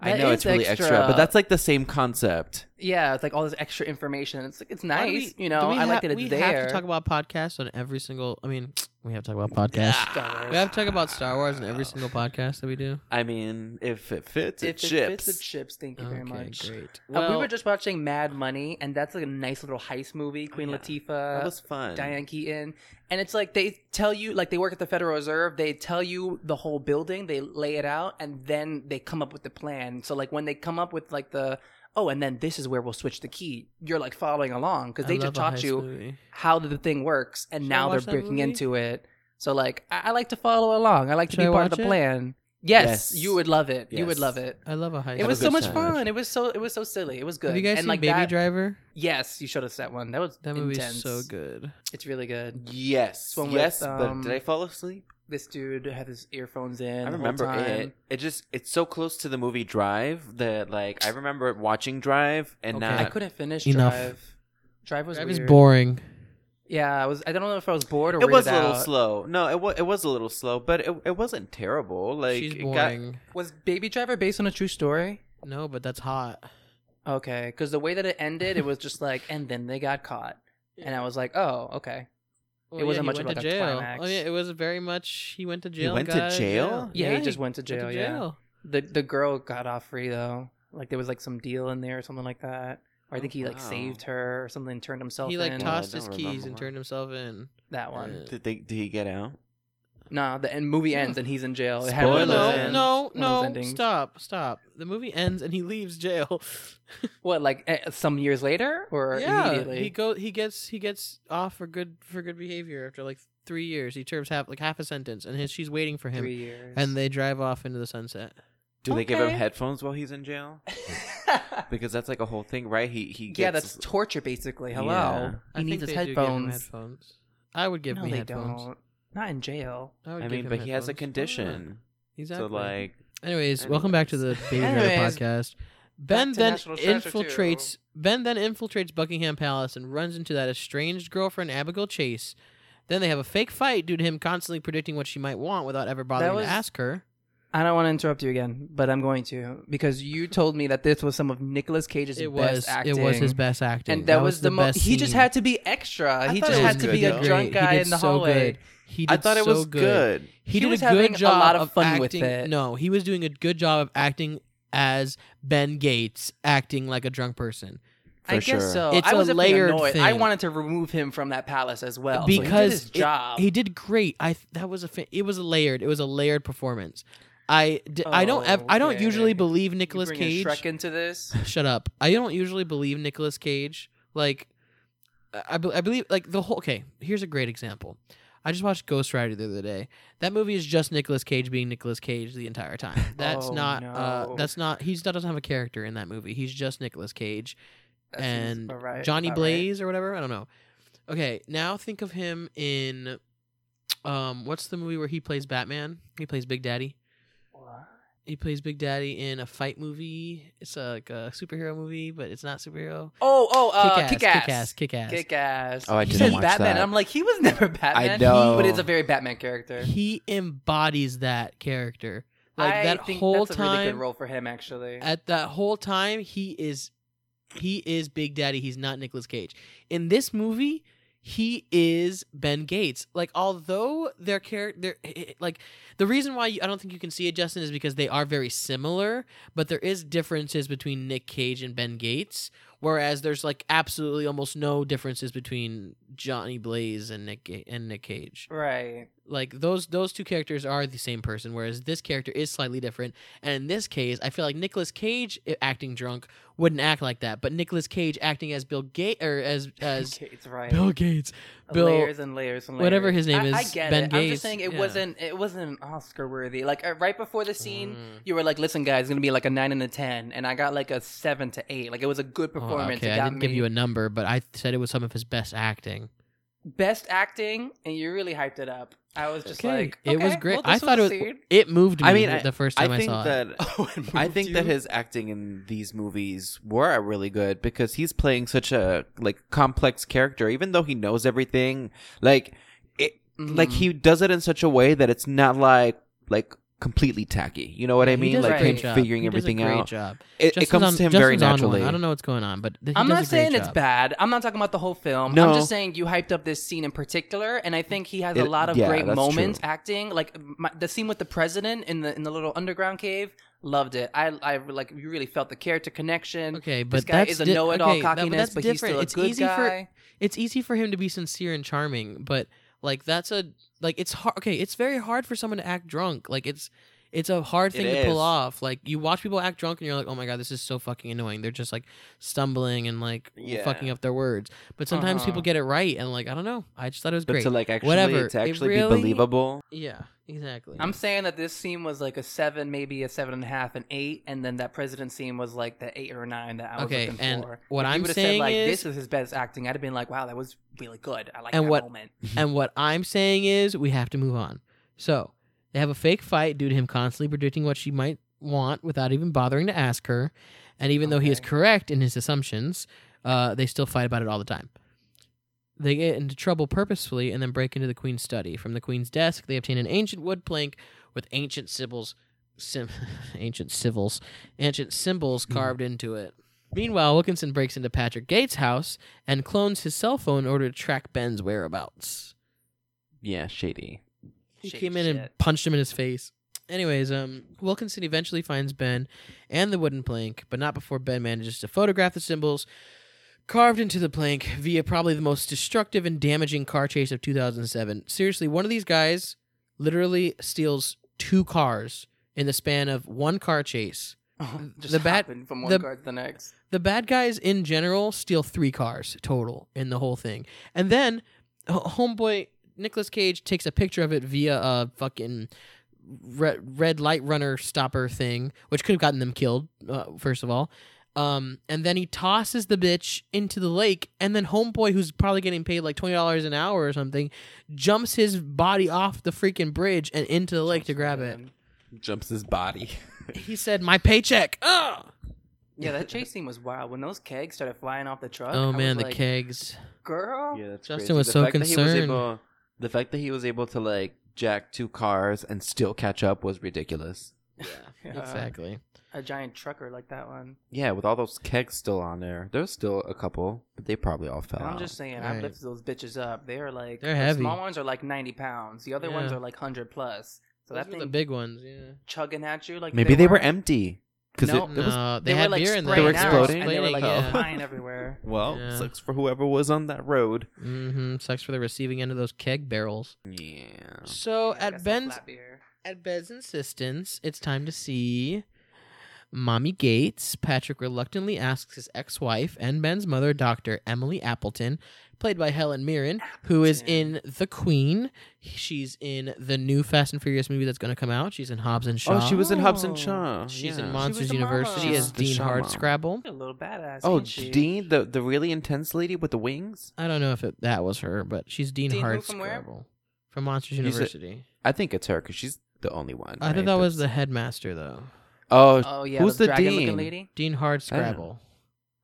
Speaker 3: I
Speaker 2: That
Speaker 3: know
Speaker 2: is
Speaker 3: it's really extra.
Speaker 2: extra.
Speaker 3: but that's like the same concept.
Speaker 2: Yeah, it's like all this extra information. It's like it's
Speaker 1: Why do
Speaker 2: nice,
Speaker 1: we-
Speaker 2: you know.
Speaker 1: do we
Speaker 2: I like
Speaker 1: ha-
Speaker 2: that it's
Speaker 1: we
Speaker 2: there.
Speaker 1: have to talk about podcasts on every single. I mean, we have to talk about podcasts.
Speaker 2: Star Wars.
Speaker 1: We have to talk about Star Wars in every single podcast that we do.
Speaker 3: I mean, if it fits,
Speaker 2: If
Speaker 3: it
Speaker 2: it fits,
Speaker 3: ships.
Speaker 2: it ships. Thank you very much.
Speaker 1: great.
Speaker 2: Uh,
Speaker 1: Well,
Speaker 2: we were just watching Mad Money, and that's like a nice little heist movie.
Speaker 1: Oh,
Speaker 2: Queen
Speaker 3: yeah. that
Speaker 2: Latifah,
Speaker 3: was fun.
Speaker 2: Diane Keaton, and it's like they tell you, like they work at the Federal Reserve. They tell you the whole building, they lay it out, and then they come up with the plan. So like when they come up with like the oh, and then this is where we'll switch the key. You're like following along because
Speaker 1: I
Speaker 2: they
Speaker 1: love
Speaker 2: just
Speaker 1: a
Speaker 2: taught
Speaker 1: heist
Speaker 2: you
Speaker 1: movie.
Speaker 2: how the thing works, and
Speaker 1: Should I
Speaker 2: now they're
Speaker 1: watch that
Speaker 2: breaking
Speaker 1: movie?
Speaker 2: into it. So like I, I like to follow along. I like
Speaker 1: Should
Speaker 2: to be
Speaker 1: I
Speaker 2: part of
Speaker 1: watch
Speaker 2: the
Speaker 1: it?
Speaker 2: plan. Yes,
Speaker 3: Yes.
Speaker 2: you would love it. You would
Speaker 3: Yes.
Speaker 2: love it.
Speaker 1: I love a heist.
Speaker 2: It
Speaker 3: Have
Speaker 2: was
Speaker 3: a
Speaker 2: so
Speaker 3: good
Speaker 2: much
Speaker 3: time.
Speaker 2: fun. It was so it was so silly. It was good.
Speaker 1: Have you guys
Speaker 2: and
Speaker 1: seen
Speaker 2: like
Speaker 1: Baby
Speaker 2: that,
Speaker 1: Driver?
Speaker 2: Yes, you showed us that one. That was
Speaker 1: That movie's
Speaker 2: intense.
Speaker 1: so good.
Speaker 2: It's really good.
Speaker 3: Yes.
Speaker 2: This one with,
Speaker 3: yes,
Speaker 2: um,
Speaker 3: but did I fall asleep?
Speaker 2: This dude had his earphones in.
Speaker 3: I
Speaker 2: the whole
Speaker 3: remember
Speaker 2: time.
Speaker 3: it. It just it's so close to the movie Drive that like I remember watching Drive and
Speaker 1: Okay.
Speaker 3: now
Speaker 2: I couldn't finish
Speaker 1: Enough.
Speaker 2: Drive. Drive was
Speaker 1: That was
Speaker 2: weird.
Speaker 1: boring.
Speaker 2: Yeah, I was. I don't know if I was bored or
Speaker 3: it was
Speaker 2: weirded
Speaker 3: a little
Speaker 2: out.
Speaker 3: slow. No, it was it was a little slow, but it it wasn't terrible. Like
Speaker 1: She's
Speaker 3: it got-
Speaker 1: boring.
Speaker 2: Was Baby Driver based on a true story?
Speaker 1: No, but that's hot.
Speaker 2: Okay, because the way that it ended, it was just like, and then they got caught, and I was like, oh, okay.
Speaker 1: Well,
Speaker 2: wasn't
Speaker 1: he
Speaker 2: much of
Speaker 1: went
Speaker 2: like
Speaker 1: to
Speaker 2: a
Speaker 1: jail.
Speaker 2: climax.
Speaker 1: Oh yeah, it was very much. He went to jail. and
Speaker 3: went to
Speaker 1: got out of
Speaker 3: jail?
Speaker 2: Yeah, he just
Speaker 1: went
Speaker 2: went to jail. Yeah, the the girl got off free though. Like there was like some deal in there or something like that. Or I
Speaker 3: Oh,
Speaker 2: think he like
Speaker 3: wow.
Speaker 2: saved her or something, turned himself
Speaker 1: He like
Speaker 2: in.
Speaker 3: Well, I
Speaker 1: tossed his
Speaker 3: don't
Speaker 1: keys
Speaker 3: remember
Speaker 1: and
Speaker 3: that.
Speaker 1: turned himself in.
Speaker 2: that one.
Speaker 3: Did they? Did he get out?
Speaker 2: Nah, the end movie ends and he's in jail. It had
Speaker 1: Oh,
Speaker 2: one of those
Speaker 1: no,
Speaker 2: ends,
Speaker 1: no,
Speaker 2: one of those
Speaker 1: no,
Speaker 2: endings.
Speaker 1: Stop, stop. The movie ends and he leaves jail.
Speaker 2: What like eh, some years later or
Speaker 1: yeah,
Speaker 2: immediately?
Speaker 1: he go. He gets. He gets off for good for good behavior after like three years. He serves half like half a sentence, and his, she's waiting for him.
Speaker 2: Three years.
Speaker 1: And they drive off into the sunset.
Speaker 3: Do they give him
Speaker 2: Okay.
Speaker 3: headphones while he's in jail? Because that's like a whole thing, right? He he gets
Speaker 2: yeah, that's torture basically. Hello,
Speaker 3: Yeah.
Speaker 2: he needs his
Speaker 1: they do give him
Speaker 2: headphones.
Speaker 1: headphones. I would give
Speaker 2: no,
Speaker 1: me
Speaker 2: they
Speaker 1: headphones.
Speaker 2: don't. Not in jail.
Speaker 1: I, would
Speaker 3: I
Speaker 1: give
Speaker 3: mean,
Speaker 1: him
Speaker 3: but he has a
Speaker 1: headphones.
Speaker 3: condition.
Speaker 1: Yeah, exactly.
Speaker 3: So like,
Speaker 1: Anyways, welcome back to the
Speaker 3: Anyways.
Speaker 1: Baby Driver
Speaker 2: Anyways,
Speaker 1: podcast. Ben
Speaker 2: to
Speaker 1: then
Speaker 2: National Treasure
Speaker 1: infiltrates Ben then infiltrates Buckingham Palace and runs into that estranged girlfriend Abigail Chase. Then they have a fake fight due to him constantly predicting what she might want without ever bothering
Speaker 2: was-
Speaker 1: to ask her.
Speaker 2: I don't want to interrupt you again, but I'm going to because you told me that this was some of Nicolas Cage's
Speaker 1: It
Speaker 2: best
Speaker 1: was
Speaker 2: acting.
Speaker 1: it was his best acting,
Speaker 2: and that, was, the, most.
Speaker 1: best.
Speaker 2: He just
Speaker 1: scene.
Speaker 2: had to be extra.
Speaker 3: I
Speaker 2: he
Speaker 3: thought
Speaker 2: just
Speaker 3: it was
Speaker 2: had to
Speaker 3: good,
Speaker 2: be
Speaker 3: though.
Speaker 2: a drunk
Speaker 1: He
Speaker 2: guy
Speaker 1: did
Speaker 2: in the
Speaker 1: so
Speaker 2: hallway.
Speaker 1: Good. He did
Speaker 3: I thought it
Speaker 1: so
Speaker 3: was
Speaker 1: good.
Speaker 3: good.
Speaker 1: He,
Speaker 2: He
Speaker 1: did
Speaker 2: was
Speaker 1: a
Speaker 2: having
Speaker 1: good
Speaker 2: a
Speaker 1: job
Speaker 2: lot of
Speaker 1: of
Speaker 2: fun with
Speaker 1: acting.
Speaker 2: it.
Speaker 1: No, he was doing a good job of acting as Ben Gates, acting like a drunk person.
Speaker 2: I
Speaker 3: For
Speaker 2: guess
Speaker 3: sure.
Speaker 2: so.
Speaker 1: It's
Speaker 2: I
Speaker 1: a
Speaker 2: was definitely
Speaker 1: layered
Speaker 2: annoyed. I
Speaker 1: thing.
Speaker 2: wanted to remove him from that palace as well so he did
Speaker 1: because
Speaker 2: his
Speaker 1: it-
Speaker 2: job.
Speaker 1: he did great. I th- that was a fa- it was a layered it was a layered performance. I d- I don't ev- I don't usually
Speaker 2: Oh, Okay.
Speaker 1: believe
Speaker 2: You
Speaker 1: Nicolas
Speaker 2: bringing
Speaker 1: Cage.
Speaker 2: Shrek into this.
Speaker 1: Shut up! I don't usually believe Nicolas Cage. Like I- I, be- I believe like the whole. Okay, here's a great example. I just watched Ghost Rider the other day. That movie is just Nicolas Cage being Nicolas Cage the entire time. That's
Speaker 2: Oh,
Speaker 1: not
Speaker 2: no.
Speaker 1: uh that's not he's that doesn't have a character in that movie. He's just Nicolas Cage.
Speaker 2: That seems
Speaker 1: and
Speaker 2: about right-
Speaker 1: Johnny
Speaker 2: about right.
Speaker 1: Blaze or whatever. I don't know. Okay, now think of him in um what's the movie where he plays Batman? He plays Big Daddy.
Speaker 2: What?
Speaker 1: He plays Big Daddy in a fight movie. It's a, like a superhero movie, but it's not superhero.
Speaker 2: Oh, oh, uh,
Speaker 1: kick
Speaker 2: Kick-Ass.
Speaker 1: ass, kick ass, kick
Speaker 2: Kick-Ass.
Speaker 3: Oh, I
Speaker 2: he
Speaker 3: didn't
Speaker 2: says
Speaker 3: watch
Speaker 2: Batman.
Speaker 3: that.
Speaker 2: And I'm like, he was never Batman.
Speaker 3: know.
Speaker 2: but it's a very Batman character.
Speaker 1: ass. He embodies that character. Like
Speaker 2: I
Speaker 1: that
Speaker 2: think
Speaker 1: whole
Speaker 2: that's a
Speaker 1: time.
Speaker 2: really good role for him, actually.
Speaker 1: at that whole time he is he is Big Daddy, he's not Nicolas Cage. In this movie, he is Ben Gates. Like although their character like the reason why you, I don't think you can see it Justin is because they are very similar, but there is differences between Nick Cage and Ben Gates, whereas there's like absolutely almost no differences between Johnny Blaze and Nick Ga- and Nick Cage.
Speaker 2: Right.
Speaker 1: like those those two characters are the same person whereas this character is slightly different and in this case i feel like Nicolas cage i- acting drunk wouldn't act like that but Nicolas cage acting as bill gates or as as
Speaker 2: Okay, it's right.
Speaker 1: bill gates Bill-
Speaker 2: layers and layers and layers.
Speaker 1: whatever his name
Speaker 2: I, I
Speaker 1: is,
Speaker 2: get
Speaker 1: Ben
Speaker 2: it. I'm
Speaker 1: Gates,
Speaker 2: just saying it
Speaker 1: yeah.
Speaker 2: wasn't it wasn't Oscar worthy. Like uh, right before the scene,
Speaker 1: Mm.
Speaker 2: you were like, "Listen, guys, it's gonna be like a nine and a ten, and I got like a seven to eight. Like it was a good
Speaker 1: Oh,
Speaker 2: performance.
Speaker 1: okay
Speaker 2: it
Speaker 1: i
Speaker 2: got
Speaker 1: didn't give
Speaker 2: me
Speaker 1: you a number but i said it was some of his best acting
Speaker 2: best acting, and you really hyped it up. I was just like,
Speaker 1: it was
Speaker 2: "Okay,
Speaker 1: great
Speaker 2: well,
Speaker 1: i
Speaker 2: this
Speaker 1: thought it
Speaker 2: was
Speaker 1: was
Speaker 2: a scene."
Speaker 1: it moved me
Speaker 3: I mean, I-
Speaker 1: the first
Speaker 3: I
Speaker 1: time i,
Speaker 3: think
Speaker 1: saw it
Speaker 3: that
Speaker 2: Oh, it
Speaker 3: I
Speaker 2: moved
Speaker 3: think
Speaker 2: you?
Speaker 3: that his acting in these movies were really good because he's playing such a like complex character, even though he knows everything. Like it,
Speaker 2: Mhm.
Speaker 1: Mm-hmm.
Speaker 3: like he does it in such a way that it's not like like completely tacky. You know what I
Speaker 1: He
Speaker 3: mean?
Speaker 1: does a
Speaker 3: Like
Speaker 2: great
Speaker 3: him
Speaker 1: job.
Speaker 3: figuring
Speaker 1: He does a
Speaker 3: everything
Speaker 1: great
Speaker 3: out.
Speaker 1: job.
Speaker 3: It, it
Speaker 1: Justin's
Speaker 3: comes
Speaker 1: on-
Speaker 3: to him very
Speaker 1: Justin's on one.
Speaker 3: naturally.
Speaker 1: I don't know what's going on, but th- he
Speaker 2: I'm
Speaker 1: does a
Speaker 2: not
Speaker 1: great
Speaker 2: saying it's
Speaker 1: job.
Speaker 2: bad. I'm not talking about the whole film.
Speaker 3: No.
Speaker 2: I'm just saying you hyped up this scene in particular, and I think he has a
Speaker 3: It-
Speaker 2: lot of
Speaker 3: yeah,
Speaker 2: great
Speaker 3: that's
Speaker 2: moments
Speaker 3: true.
Speaker 2: acting. Like my, the scene with the president in the in the little underground cave, loved it. I I like you really felt the character connection.
Speaker 1: Okay, but
Speaker 2: this guy
Speaker 1: that's
Speaker 2: is a
Speaker 1: di-
Speaker 2: know-it-all
Speaker 1: okay, that-
Speaker 2: cockiness,
Speaker 1: that's
Speaker 2: but
Speaker 1: different.
Speaker 2: he's still a
Speaker 1: it's
Speaker 2: good
Speaker 1: easy for
Speaker 2: guy.
Speaker 1: it's easy for him to be sincere and charming, but like that's a like it's hard. Okay, it's very hard for someone to act drunk. Like it's it's a hard
Speaker 3: It
Speaker 1: thing to
Speaker 3: is.
Speaker 1: pull off. Like you watch people act drunk and you're like, oh my god, this is so fucking annoying. They're just like stumbling and like
Speaker 3: Yeah.
Speaker 1: fucking up their words. But sometimes
Speaker 2: Uh-huh.
Speaker 1: people get it right, and like I don't know. I just thought it was
Speaker 3: But
Speaker 1: great.
Speaker 3: to like actually
Speaker 1: Whatever.
Speaker 3: to
Speaker 1: It
Speaker 3: actually
Speaker 1: really-
Speaker 3: be believable.
Speaker 1: yeah, exactly.
Speaker 2: I'm saying that this scene was like a seven, maybe a seven and a half, an eight, and then that president scene was like the eight or nine that I was
Speaker 1: Okay,
Speaker 2: looking
Speaker 1: and
Speaker 2: for.
Speaker 1: what
Speaker 2: if you
Speaker 1: I'm
Speaker 2: would've
Speaker 1: saying
Speaker 2: said, like,
Speaker 1: is-
Speaker 2: this is his best acting. I'd have been like, wow, that was really good. I like
Speaker 1: And
Speaker 2: that
Speaker 1: what-
Speaker 2: moment.
Speaker 1: And what I'm saying is we have to move on. So they have a fake fight due to him constantly predicting what she might want without even bothering to ask her. And even though he is
Speaker 2: Okay.
Speaker 1: correct in his assumptions, uh, they still fight about it all the time. They get into trouble purposefully and then break into the queen's study. From the queen's desk, they obtain an ancient wood plank with ancient symbols, sim, ancient civils, ancient symbols carved into it. Meanwhile, Wilkinson breaks into Patrick Gates' house and clones his cell phone in order to track Ben's whereabouts.
Speaker 3: Yeah, shady.
Speaker 1: He
Speaker 2: Shady
Speaker 1: came in and
Speaker 2: shit.
Speaker 1: punched him in his face. Anyways, um, Wilkinson eventually finds Ben and the wooden plank, but not before Ben manages to photograph the symbols carved into the plank via probably the most destructive and damaging car chase of 2007. Seriously, one of these guys literally steals two cars in the span of one car chase.
Speaker 2: Just
Speaker 1: The bat-
Speaker 2: hopping from one
Speaker 1: the-
Speaker 2: car to the next.
Speaker 1: The bad guys in general steal three cars total in the whole thing. And then h- homeboy Nicolas Cage takes a picture of it via a fucking red, red light runner stopper thing, which could have gotten them killed, uh, first of all. Um, and then he tosses the bitch into the lake, and then homeboy, who's probably getting paid like twenty dollars an hour or something, jumps his body off the freaking bridge and into the lake to grab it.
Speaker 3: Jumps his body.
Speaker 1: He said, "My paycheck." Ugh!
Speaker 2: Yeah, that chase scene was wild. When those kegs started flying off the truck. I
Speaker 1: Oh
Speaker 2: was
Speaker 1: man, the
Speaker 2: like,
Speaker 1: kegs.
Speaker 2: Girl.
Speaker 3: Yeah, that's
Speaker 1: Justin
Speaker 3: crazy.
Speaker 1: was
Speaker 3: The
Speaker 1: so
Speaker 3: fact that he
Speaker 1: concerned.
Speaker 3: able, the fact that he was able to like jack two cars and still catch up was ridiculous.
Speaker 2: Yeah.
Speaker 1: Exactly.
Speaker 2: uh, A giant trucker like that one.
Speaker 3: Yeah, with all those kegs still on there, there's still a couple, but they probably all fell
Speaker 2: And I'm
Speaker 3: out.
Speaker 2: just saying,
Speaker 1: Right.
Speaker 2: I lifted those bitches up. They are like
Speaker 1: They're
Speaker 2: the
Speaker 1: heavy.
Speaker 2: small ones are like 90 pounds. The other ones
Speaker 1: Yeah.
Speaker 2: are like 100 plus. So
Speaker 1: Those
Speaker 2: that
Speaker 1: were
Speaker 2: thing
Speaker 1: the big ones. Yeah.
Speaker 2: chugging at you like
Speaker 3: Maybe they were
Speaker 2: weren't.
Speaker 3: empty because
Speaker 2: No,
Speaker 3: it, it was.
Speaker 1: no,
Speaker 2: They,
Speaker 1: they, had
Speaker 2: were like
Speaker 1: beer in there.
Speaker 2: spraying
Speaker 3: They were
Speaker 2: out,
Speaker 3: exploding?
Speaker 2: and they were like
Speaker 3: Yeah.
Speaker 2: flying everywhere.
Speaker 3: Well,
Speaker 1: Yeah.
Speaker 3: sucks for whoever was on that road.
Speaker 1: hmm Sucks for the receiving end of those keg barrels.
Speaker 3: Yeah.
Speaker 1: So
Speaker 2: Yeah, Oh. I guess
Speaker 1: at
Speaker 2: the
Speaker 1: Ben's
Speaker 2: flat beer.
Speaker 1: at Ben's insistence, it's time to see Mommy Gates. Patrick reluctantly asks his ex-wife and Ben's mother, Dr. Emily Appleton, played by Helen Mirren, who is in
Speaker 2: Appleton.
Speaker 1: The Queen. She's in the new Fast and Furious movie that's going to come out. She's in Hobbs and Shaw.
Speaker 3: Oh, she was in Hobbs and
Speaker 2: Oh.
Speaker 3: Shaw.
Speaker 1: She's in
Speaker 3: yeah.
Speaker 2: was
Speaker 1: Monsters
Speaker 2: the
Speaker 1: University
Speaker 2: mama.
Speaker 1: She
Speaker 2: She's
Speaker 1: as
Speaker 3: the
Speaker 1: Dean
Speaker 3: Shaw mom.
Speaker 1: Hardscrabble.
Speaker 2: A little badass.
Speaker 3: Oh,
Speaker 2: ain't she?
Speaker 3: Dean, the the really intense lady with the wings.
Speaker 1: I don't know if it, that was her, but she's Dean,
Speaker 2: Dean who
Speaker 1: Hardscrabble
Speaker 2: from where?
Speaker 1: from Monsters
Speaker 3: She's a-
Speaker 1: University.
Speaker 3: I think it's her because she's the only one.
Speaker 1: I
Speaker 3: right?
Speaker 1: thought that was the
Speaker 3: That's-
Speaker 1: headmaster though.
Speaker 3: Oh,
Speaker 2: Oh yeah,
Speaker 3: Who's
Speaker 2: the,
Speaker 3: the
Speaker 2: dragon
Speaker 3: Dean?
Speaker 2: looking lady.
Speaker 1: Dean Hardscrabble.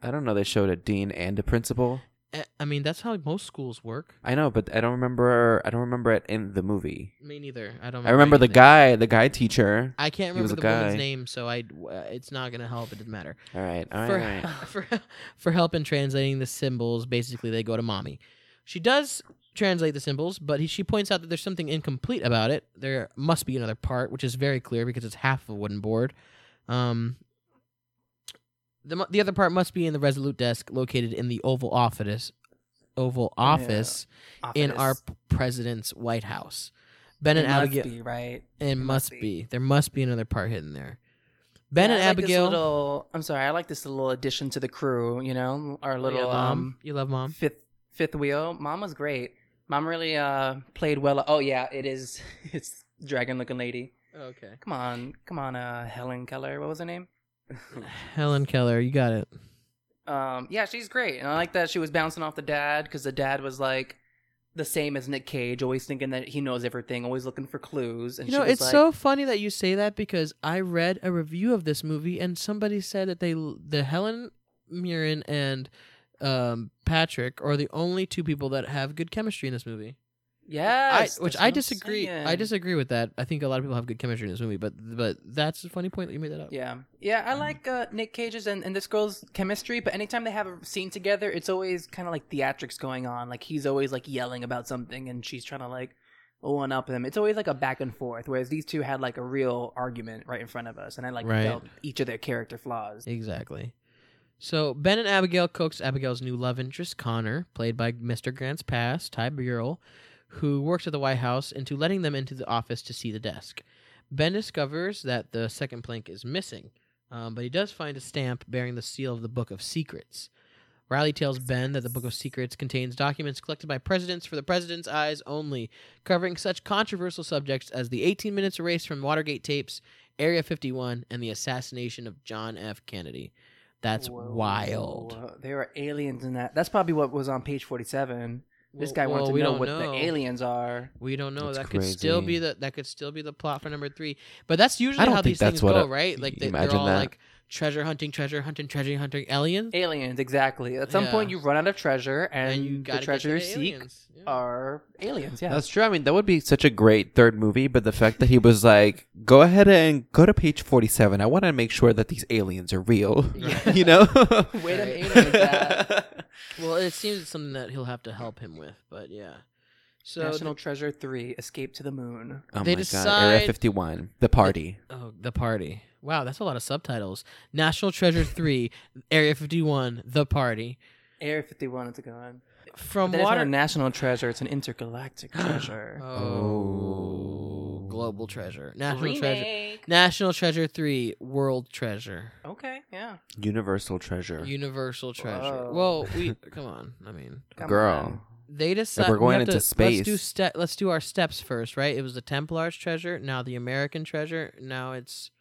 Speaker 3: I don't know. They showed a dean and a principal.
Speaker 1: I, Eh, I mean, that's how most schools work.
Speaker 3: I know, but I don't remember. I don't remember it in the movie.
Speaker 1: Me neither. I don't.
Speaker 3: I remember the
Speaker 1: anything.
Speaker 3: guy, the guy teacher.
Speaker 1: I can't
Speaker 3: He was
Speaker 1: remember the
Speaker 3: a
Speaker 1: woman's
Speaker 3: guy.
Speaker 1: name, so I. w- Uh, it's not gonna help. It doesn't matter.
Speaker 3: All right, all right.
Speaker 1: for,
Speaker 3: all
Speaker 1: for
Speaker 3: right.
Speaker 1: for help in translating the symbols, basically they go to mommy. She does translate the symbols, but he, she points out that there's something incomplete about it. There must be another part, which is very clear because it's half of a wooden board. Um, the mu- the other part must be in the resolute desk located in the Oval Office, Oval Office in our
Speaker 2: Office.
Speaker 1: p- president's White House. Ben
Speaker 2: It
Speaker 1: and
Speaker 2: must
Speaker 1: Abigail.
Speaker 2: be, right?
Speaker 1: It must
Speaker 2: must
Speaker 1: be.
Speaker 2: be.
Speaker 1: There must be another part hidden there. Ben
Speaker 2: Yeah,
Speaker 1: and
Speaker 2: I like this
Speaker 1: Abigail.
Speaker 2: little, I'm sorry, I like this little addition to the crew. You know, our
Speaker 1: Oh, yeah,
Speaker 2: little
Speaker 1: mom.
Speaker 2: um,
Speaker 1: you love mom.
Speaker 2: fifth fifth wheel. Mom was great. Mom really uh played well. Oh yeah, it is. It's dragon looking lady.
Speaker 1: Okay.
Speaker 2: Come on, come on, uh, Helen Keller. What was her name?
Speaker 1: Helen Keller, you got it.
Speaker 2: Um, yeah, she's great, and I like that she was bouncing off the dad because the dad was like the same as Nick Cage, always thinking that he knows everything, always looking for clues. And
Speaker 1: You
Speaker 2: she
Speaker 1: know,
Speaker 2: was
Speaker 1: it's
Speaker 2: like,
Speaker 1: so funny that you say that because I read a review of this movie and somebody said that they the Helen Mirren and um, Patrick are the only two people that have good chemistry in this movie.
Speaker 2: yes,
Speaker 1: I, which
Speaker 2: that's
Speaker 1: I
Speaker 2: what I'm
Speaker 1: disagree. I
Speaker 2: saying.
Speaker 1: disagree with that. I think a lot of people have good chemistry in this movie, but but that's a funny point that you made that up.
Speaker 2: Yeah, yeah, I like uh, Nick Cage's and, and this girl's chemistry, but anytime they have a scene together, it's always kind of like theatrics going on. Like he's always like yelling about something, and she's trying to like one up them. It's always like a back and forth. Whereas these two had like a real argument right in front of us, and I like
Speaker 1: Right.
Speaker 2: felt each of their character flaws.
Speaker 1: Exactly. So Ben and Abigail coax Abigail's new love interest, Connor, played by Mr. Grant's past, Ty Burrell, who works at the White House, into letting them into the office to see the desk. Ben discovers that the second plank is missing, um, but he does find a stamp bearing the seal of the Book of Secrets. Riley tells Ben that the Book of Secrets contains documents collected by presidents for the president's eyes only, covering such controversial subjects as the 18 minutes erased from Watergate tapes, Area 51, and the assassination of John F. Kennedy. That's
Speaker 2: Whoa.
Speaker 1: wild.
Speaker 2: There are aliens in that. That's probably what was on page forty-seven. This
Speaker 1: Well-
Speaker 2: guy wants
Speaker 1: well,
Speaker 2: to
Speaker 1: we
Speaker 2: know
Speaker 1: don't
Speaker 2: what the
Speaker 1: know.
Speaker 2: aliens are.
Speaker 1: We don't know.
Speaker 3: That's
Speaker 1: that could still
Speaker 3: crazy.
Speaker 1: be the that could still be the plot for number three. But that's usually
Speaker 3: I don't
Speaker 1: how
Speaker 3: think
Speaker 1: these things
Speaker 3: that's what
Speaker 1: go,
Speaker 3: it-
Speaker 1: right? Like they, they're
Speaker 3: imagine
Speaker 1: all
Speaker 3: that.
Speaker 1: like treasure hunting, treasure hunting, treasure hunting, aliens,
Speaker 2: Aliens, exactly. At some
Speaker 1: Yeah.
Speaker 2: point, you run out of treasure, and,
Speaker 1: and you
Speaker 2: the
Speaker 1: got
Speaker 2: treasure
Speaker 1: treasure
Speaker 2: you seek
Speaker 1: aliens. Yeah.
Speaker 2: are aliens. Yeah,
Speaker 3: That's true. I mean, that would be such a great third movie, but the fact that he was like, go ahead and go to page 47. I want to make sure that these aliens are real.
Speaker 2: Yeah. uh,
Speaker 3: you know?
Speaker 2: Wait a
Speaker 1: Right.
Speaker 2: minute. that.
Speaker 1: Well, it seems it's something that he'll have to help him with, but yeah. So
Speaker 2: National Treasure Three: Escape to the Moon.
Speaker 3: oh
Speaker 1: They
Speaker 3: my God.
Speaker 1: decide-
Speaker 3: Area 51. The party.
Speaker 1: the, oh, the party. Wow, that's a lot of subtitles. National Treasure 3, Area 51, The Party.
Speaker 2: Air Fifty One. It's a gun.
Speaker 1: From
Speaker 2: That is not a
Speaker 1: water
Speaker 2: national treasure. It's an intergalactic treasure.
Speaker 1: Oh, global treasure. National treasure.
Speaker 2: Remake.
Speaker 1: National Treasure 3, World Treasure.
Speaker 2: Uh, Okay. Yeah.
Speaker 3: Universal treasure.
Speaker 1: Universal treasure.
Speaker 2: Whoa.
Speaker 1: Well, we come on. I mean,
Speaker 2: Come
Speaker 3: Girl.
Speaker 2: on.
Speaker 1: they decide
Speaker 3: we're
Speaker 1: we
Speaker 3: going
Speaker 1: have
Speaker 3: into
Speaker 1: to- Let's
Speaker 3: space-
Speaker 1: do ste- let's do our steps first, right? It was the Templars treasure, now the American treasure, now it's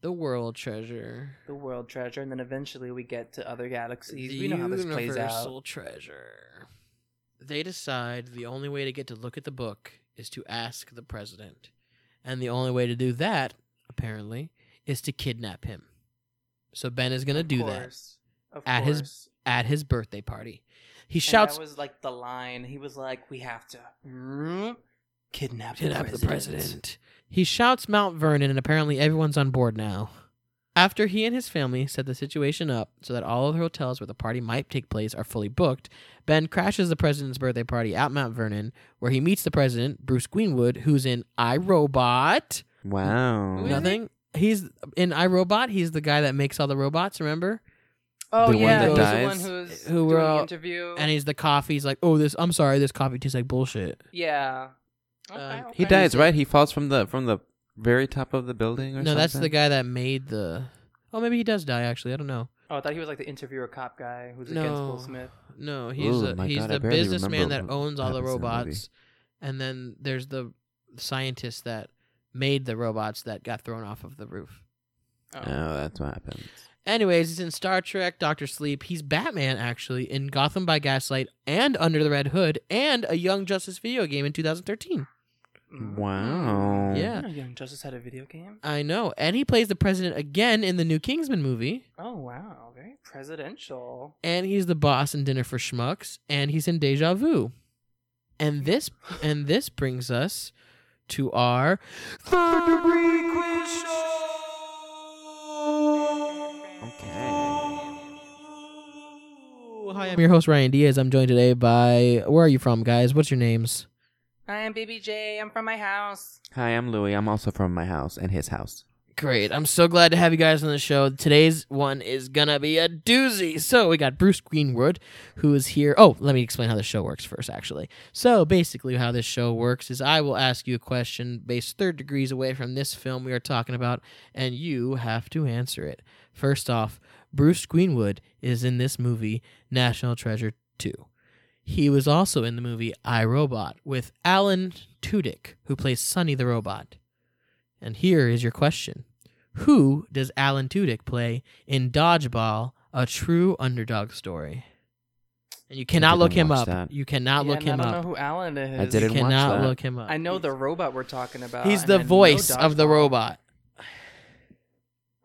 Speaker 1: the world treasure.
Speaker 2: The world treasure, and then eventually we get to other galaxies. we know how this plays out.
Speaker 1: Universal treasure. They decide the only way to get to look at the book is to ask the president. And the only way to do that, apparently, is to kidnap him. So Ben is going to
Speaker 2: Of
Speaker 1: do that
Speaker 2: course. Of
Speaker 1: At his
Speaker 2: course.
Speaker 1: at his birthday party. He
Speaker 2: And
Speaker 1: shouts,
Speaker 2: That was like the line. He was like, "We have to mm, kidnap,
Speaker 1: kidnap the president. He shouts Mount Vernon, and apparently everyone's on board now. After he and his family set the situation up so that all of the hotels where the party might take place are fully booked, Ben crashes the president's birthday party at Mount Vernon, where he meets the president, Bruce Greenwood, who's in iRobot.
Speaker 3: Wow.
Speaker 2: Who is
Speaker 1: Nothing. He's in iRobot. He's the guy that makes all the robots, remember?
Speaker 2: Oh
Speaker 3: The one
Speaker 2: yeah,
Speaker 3: that
Speaker 2: he's
Speaker 3: dies?
Speaker 2: the one who's
Speaker 1: Who
Speaker 2: who
Speaker 1: were
Speaker 2: doing
Speaker 1: all-
Speaker 2: the interview.
Speaker 1: And he's the coffee. He's like, oh, this, I'm sorry, this coffee tastes like bullshit.
Speaker 2: Yeah. Okay,
Speaker 1: Um,
Speaker 2: okay.
Speaker 3: He dies, right? He falls from the from the very top of the building or
Speaker 1: No,
Speaker 3: something?
Speaker 1: that's the guy that made the. Oh, maybe he does die, actually. I don't know.
Speaker 2: Oh, I thought he was like the interviewer cop guy who's against
Speaker 1: No.
Speaker 2: Will Smith.
Speaker 1: No, he's
Speaker 3: Ooh,
Speaker 1: a,
Speaker 3: my
Speaker 1: he's
Speaker 3: God, I
Speaker 1: the
Speaker 3: barely
Speaker 1: businessman
Speaker 3: remember
Speaker 1: that
Speaker 3: what
Speaker 1: owns all the
Speaker 3: happens in that movie.
Speaker 1: robots, and then there's the scientist that made the robots that got thrown off of the roof.
Speaker 2: Oh.
Speaker 1: Uh,
Speaker 3: Oh, that's what happens.
Speaker 1: Anyways, he's in Star Trek, Doctor Sleep. He's Batman actually in Gotham by Gaslight and Under the Red Hood and a Young Justice video game in 2013.
Speaker 2: Mm.
Speaker 3: Wow.
Speaker 1: Yeah.
Speaker 2: You know Young Justice had a video game.
Speaker 1: I know, and he plays the president again in the new Kingsman movie.
Speaker 2: Oh wow, very presidential.
Speaker 1: and he's the boss in Dinner for Schmucks, and he's in Deja Vu. And this and this brings us to our third degree quiz show.
Speaker 3: Okay.
Speaker 1: Hi, I'm your host Ryan Diaz. I'm joined today by where are you from, guys? What's your names?
Speaker 2: I am Baby J. I'm from my house.
Speaker 3: Hi, I'm Louis. I'm also from my house and his house.
Speaker 1: Great. I'm so glad to have you guys on the show. Today's one is going to be a doozy. So, we got Bruce Greenwood, who is here. Oh, let me explain how the show works first, actually. So, basically, how this show works is I will ask you a question based third degrees away from this film we are talking about, and you have to answer it. First off, Bruce Greenwood is in this movie, National Treasure 2. He was also in the movie I Robot with Alan Tudyk, who plays Sonny the Robot. And here is your question Who does Alan Tudyk play in Dodgeball, a true underdog story? And you cannot look
Speaker 3: didn't
Speaker 1: him
Speaker 3: watch
Speaker 1: up.
Speaker 3: that.
Speaker 1: You cannot
Speaker 2: Yeah,
Speaker 1: look
Speaker 2: and
Speaker 1: him
Speaker 2: I don't
Speaker 1: up.
Speaker 2: know who Alan is.
Speaker 3: I
Speaker 1: You
Speaker 3: didn't watch
Speaker 1: cannot
Speaker 3: that.
Speaker 1: look him up.
Speaker 2: I know the robot we're talking about.
Speaker 1: He's
Speaker 2: and
Speaker 1: the
Speaker 2: I know
Speaker 1: voice of the
Speaker 2: dodgeball.
Speaker 1: robot.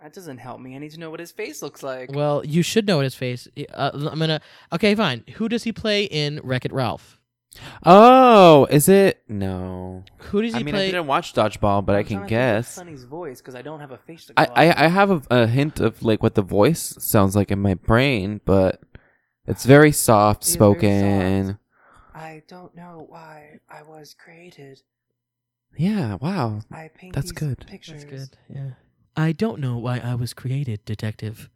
Speaker 2: That doesn't help me. I need to know what his face looks like.
Speaker 1: Well, you should know his face. Uh, I'm gonna. Okay, fine. Who does he play in Wreck It Ralph?
Speaker 3: Oh, is it? No.
Speaker 1: Who does he
Speaker 3: I mean, I
Speaker 1: play?
Speaker 3: didn't watch Dodgeball, but I can
Speaker 2: I'm trying to think of
Speaker 3: guess.
Speaker 2: Sonny's voice because I don't have a face to.
Speaker 3: I,
Speaker 2: call it.
Speaker 3: I, I have a, a hint of like what the voice sounds like in my brain, but it's very soft
Speaker 2: It's very
Speaker 3: spoken.
Speaker 2: soft. I don't know why I was created.
Speaker 3: Yeah, wow.
Speaker 2: I paint
Speaker 3: That's
Speaker 2: these
Speaker 3: good. That's
Speaker 2: pictures.
Speaker 1: That's good. Yeah. I don't know why I was created, detective.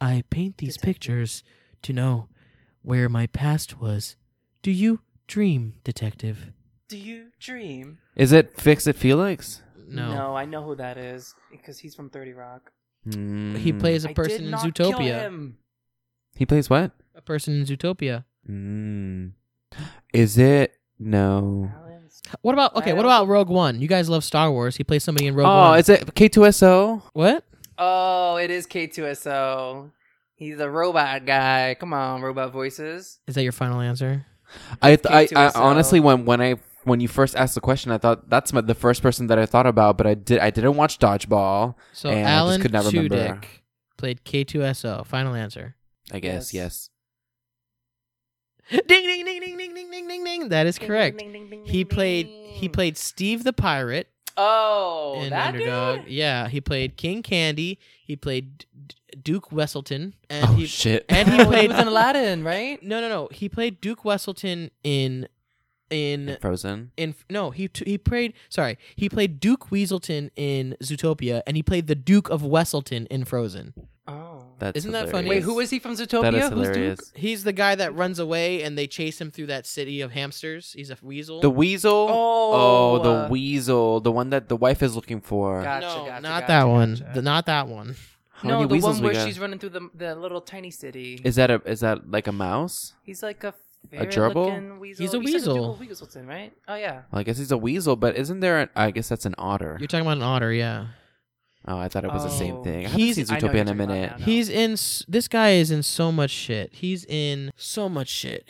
Speaker 1: I paint these
Speaker 2: Detective.
Speaker 1: pictures to know where my past was. Do you dream, detective?
Speaker 2: Do you dream?
Speaker 3: Is it Fix It Felix?
Speaker 2: No, I know who that is because he's from Thirty Rock.
Speaker 1: He
Speaker 3: Mm.
Speaker 1: plays a
Speaker 2: I did
Speaker 1: person in
Speaker 2: not
Speaker 1: Zootopia.
Speaker 2: Kill him.
Speaker 3: He plays what?
Speaker 1: A person in Zootopia.
Speaker 3: Mm. Is it? No.
Speaker 2: Alan's-
Speaker 1: What about okay?
Speaker 2: I
Speaker 1: What
Speaker 2: don't-
Speaker 1: about Rogue One? You guys love Star Wars. He plays somebody in Rogue One.
Speaker 3: oh, is it K2SO?
Speaker 1: what?
Speaker 2: Oh, it is K2SO. He's a robot guy. Come on, robot voices.
Speaker 1: Is that your final answer?
Speaker 3: I, th- I, I
Speaker 2: K2SO.
Speaker 3: honestly when when I when you first asked the question, I thought that's my, the first person that I thought about, but I did I didn't watch Dodgeball.
Speaker 1: So
Speaker 3: And I just
Speaker 1: Alan
Speaker 3: could not remember.
Speaker 1: Tudyk played K2SO. Final answer.
Speaker 3: I guess yes.
Speaker 1: ding ding ding ding ding ding ding ding ding. That is correct. He played he played Steve the pirate
Speaker 2: Oh,
Speaker 1: in
Speaker 2: that
Speaker 1: Underdog.
Speaker 2: dude.
Speaker 1: Yeah, he played King Candy. He played D- D- Duke Wesselton, and
Speaker 3: oh
Speaker 1: he
Speaker 3: shit!
Speaker 1: and he
Speaker 2: Oh,
Speaker 1: played-
Speaker 2: was in Aladdin, right?
Speaker 1: no no no he played Duke Wesselton in in
Speaker 3: Frozen.
Speaker 1: in no he t- he played sorry he played Duke Weaselton in Zootopia, and he played the Duke of Wesselton in Frozen.
Speaker 2: Oh,
Speaker 3: That's
Speaker 1: Isn't that funny?
Speaker 2: wait,
Speaker 3: hilarious.
Speaker 2: who is he from Zootopia?
Speaker 3: That is
Speaker 2: Who's Duke?
Speaker 3: hilarious.
Speaker 1: He's the guy that runs away and they chase him through that city of hamsters. He's a weasel.
Speaker 3: The weasel.
Speaker 2: Oh,
Speaker 3: the
Speaker 2: uh,
Speaker 3: weasel, the one that the wife is looking for.
Speaker 2: God. Gotcha,
Speaker 1: no,
Speaker 2: gotcha,
Speaker 1: not
Speaker 2: gotcha,
Speaker 1: that one.
Speaker 2: gotcha.
Speaker 1: The- not that one.
Speaker 3: How
Speaker 2: No,
Speaker 3: many
Speaker 2: the
Speaker 3: weasels
Speaker 2: one
Speaker 3: we
Speaker 2: where
Speaker 3: got?
Speaker 2: she's running through the the little tiny city.
Speaker 3: Is that a is that like a mouse?
Speaker 2: he's like a
Speaker 3: a gerbil?
Speaker 2: ferret-looking Weasel.
Speaker 1: He's a
Speaker 2: like
Speaker 1: weasel.
Speaker 2: Duke Weaselton, right? Oh yeah.
Speaker 3: Well, I guess he's a weasel, but isn't there? An, I guess that's an otter.
Speaker 1: You're talking about an otter, yeah.
Speaker 3: oh, I thought it was the same
Speaker 2: Oh.
Speaker 3: thing. I
Speaker 1: He's-
Speaker 3: haven't
Speaker 2: I
Speaker 3: seen
Speaker 2: know what
Speaker 3: Zootopia in a
Speaker 2: you're talking
Speaker 3: minute.
Speaker 2: about now.
Speaker 1: He's in. s- This guy is in so much shit. He's in so much shit.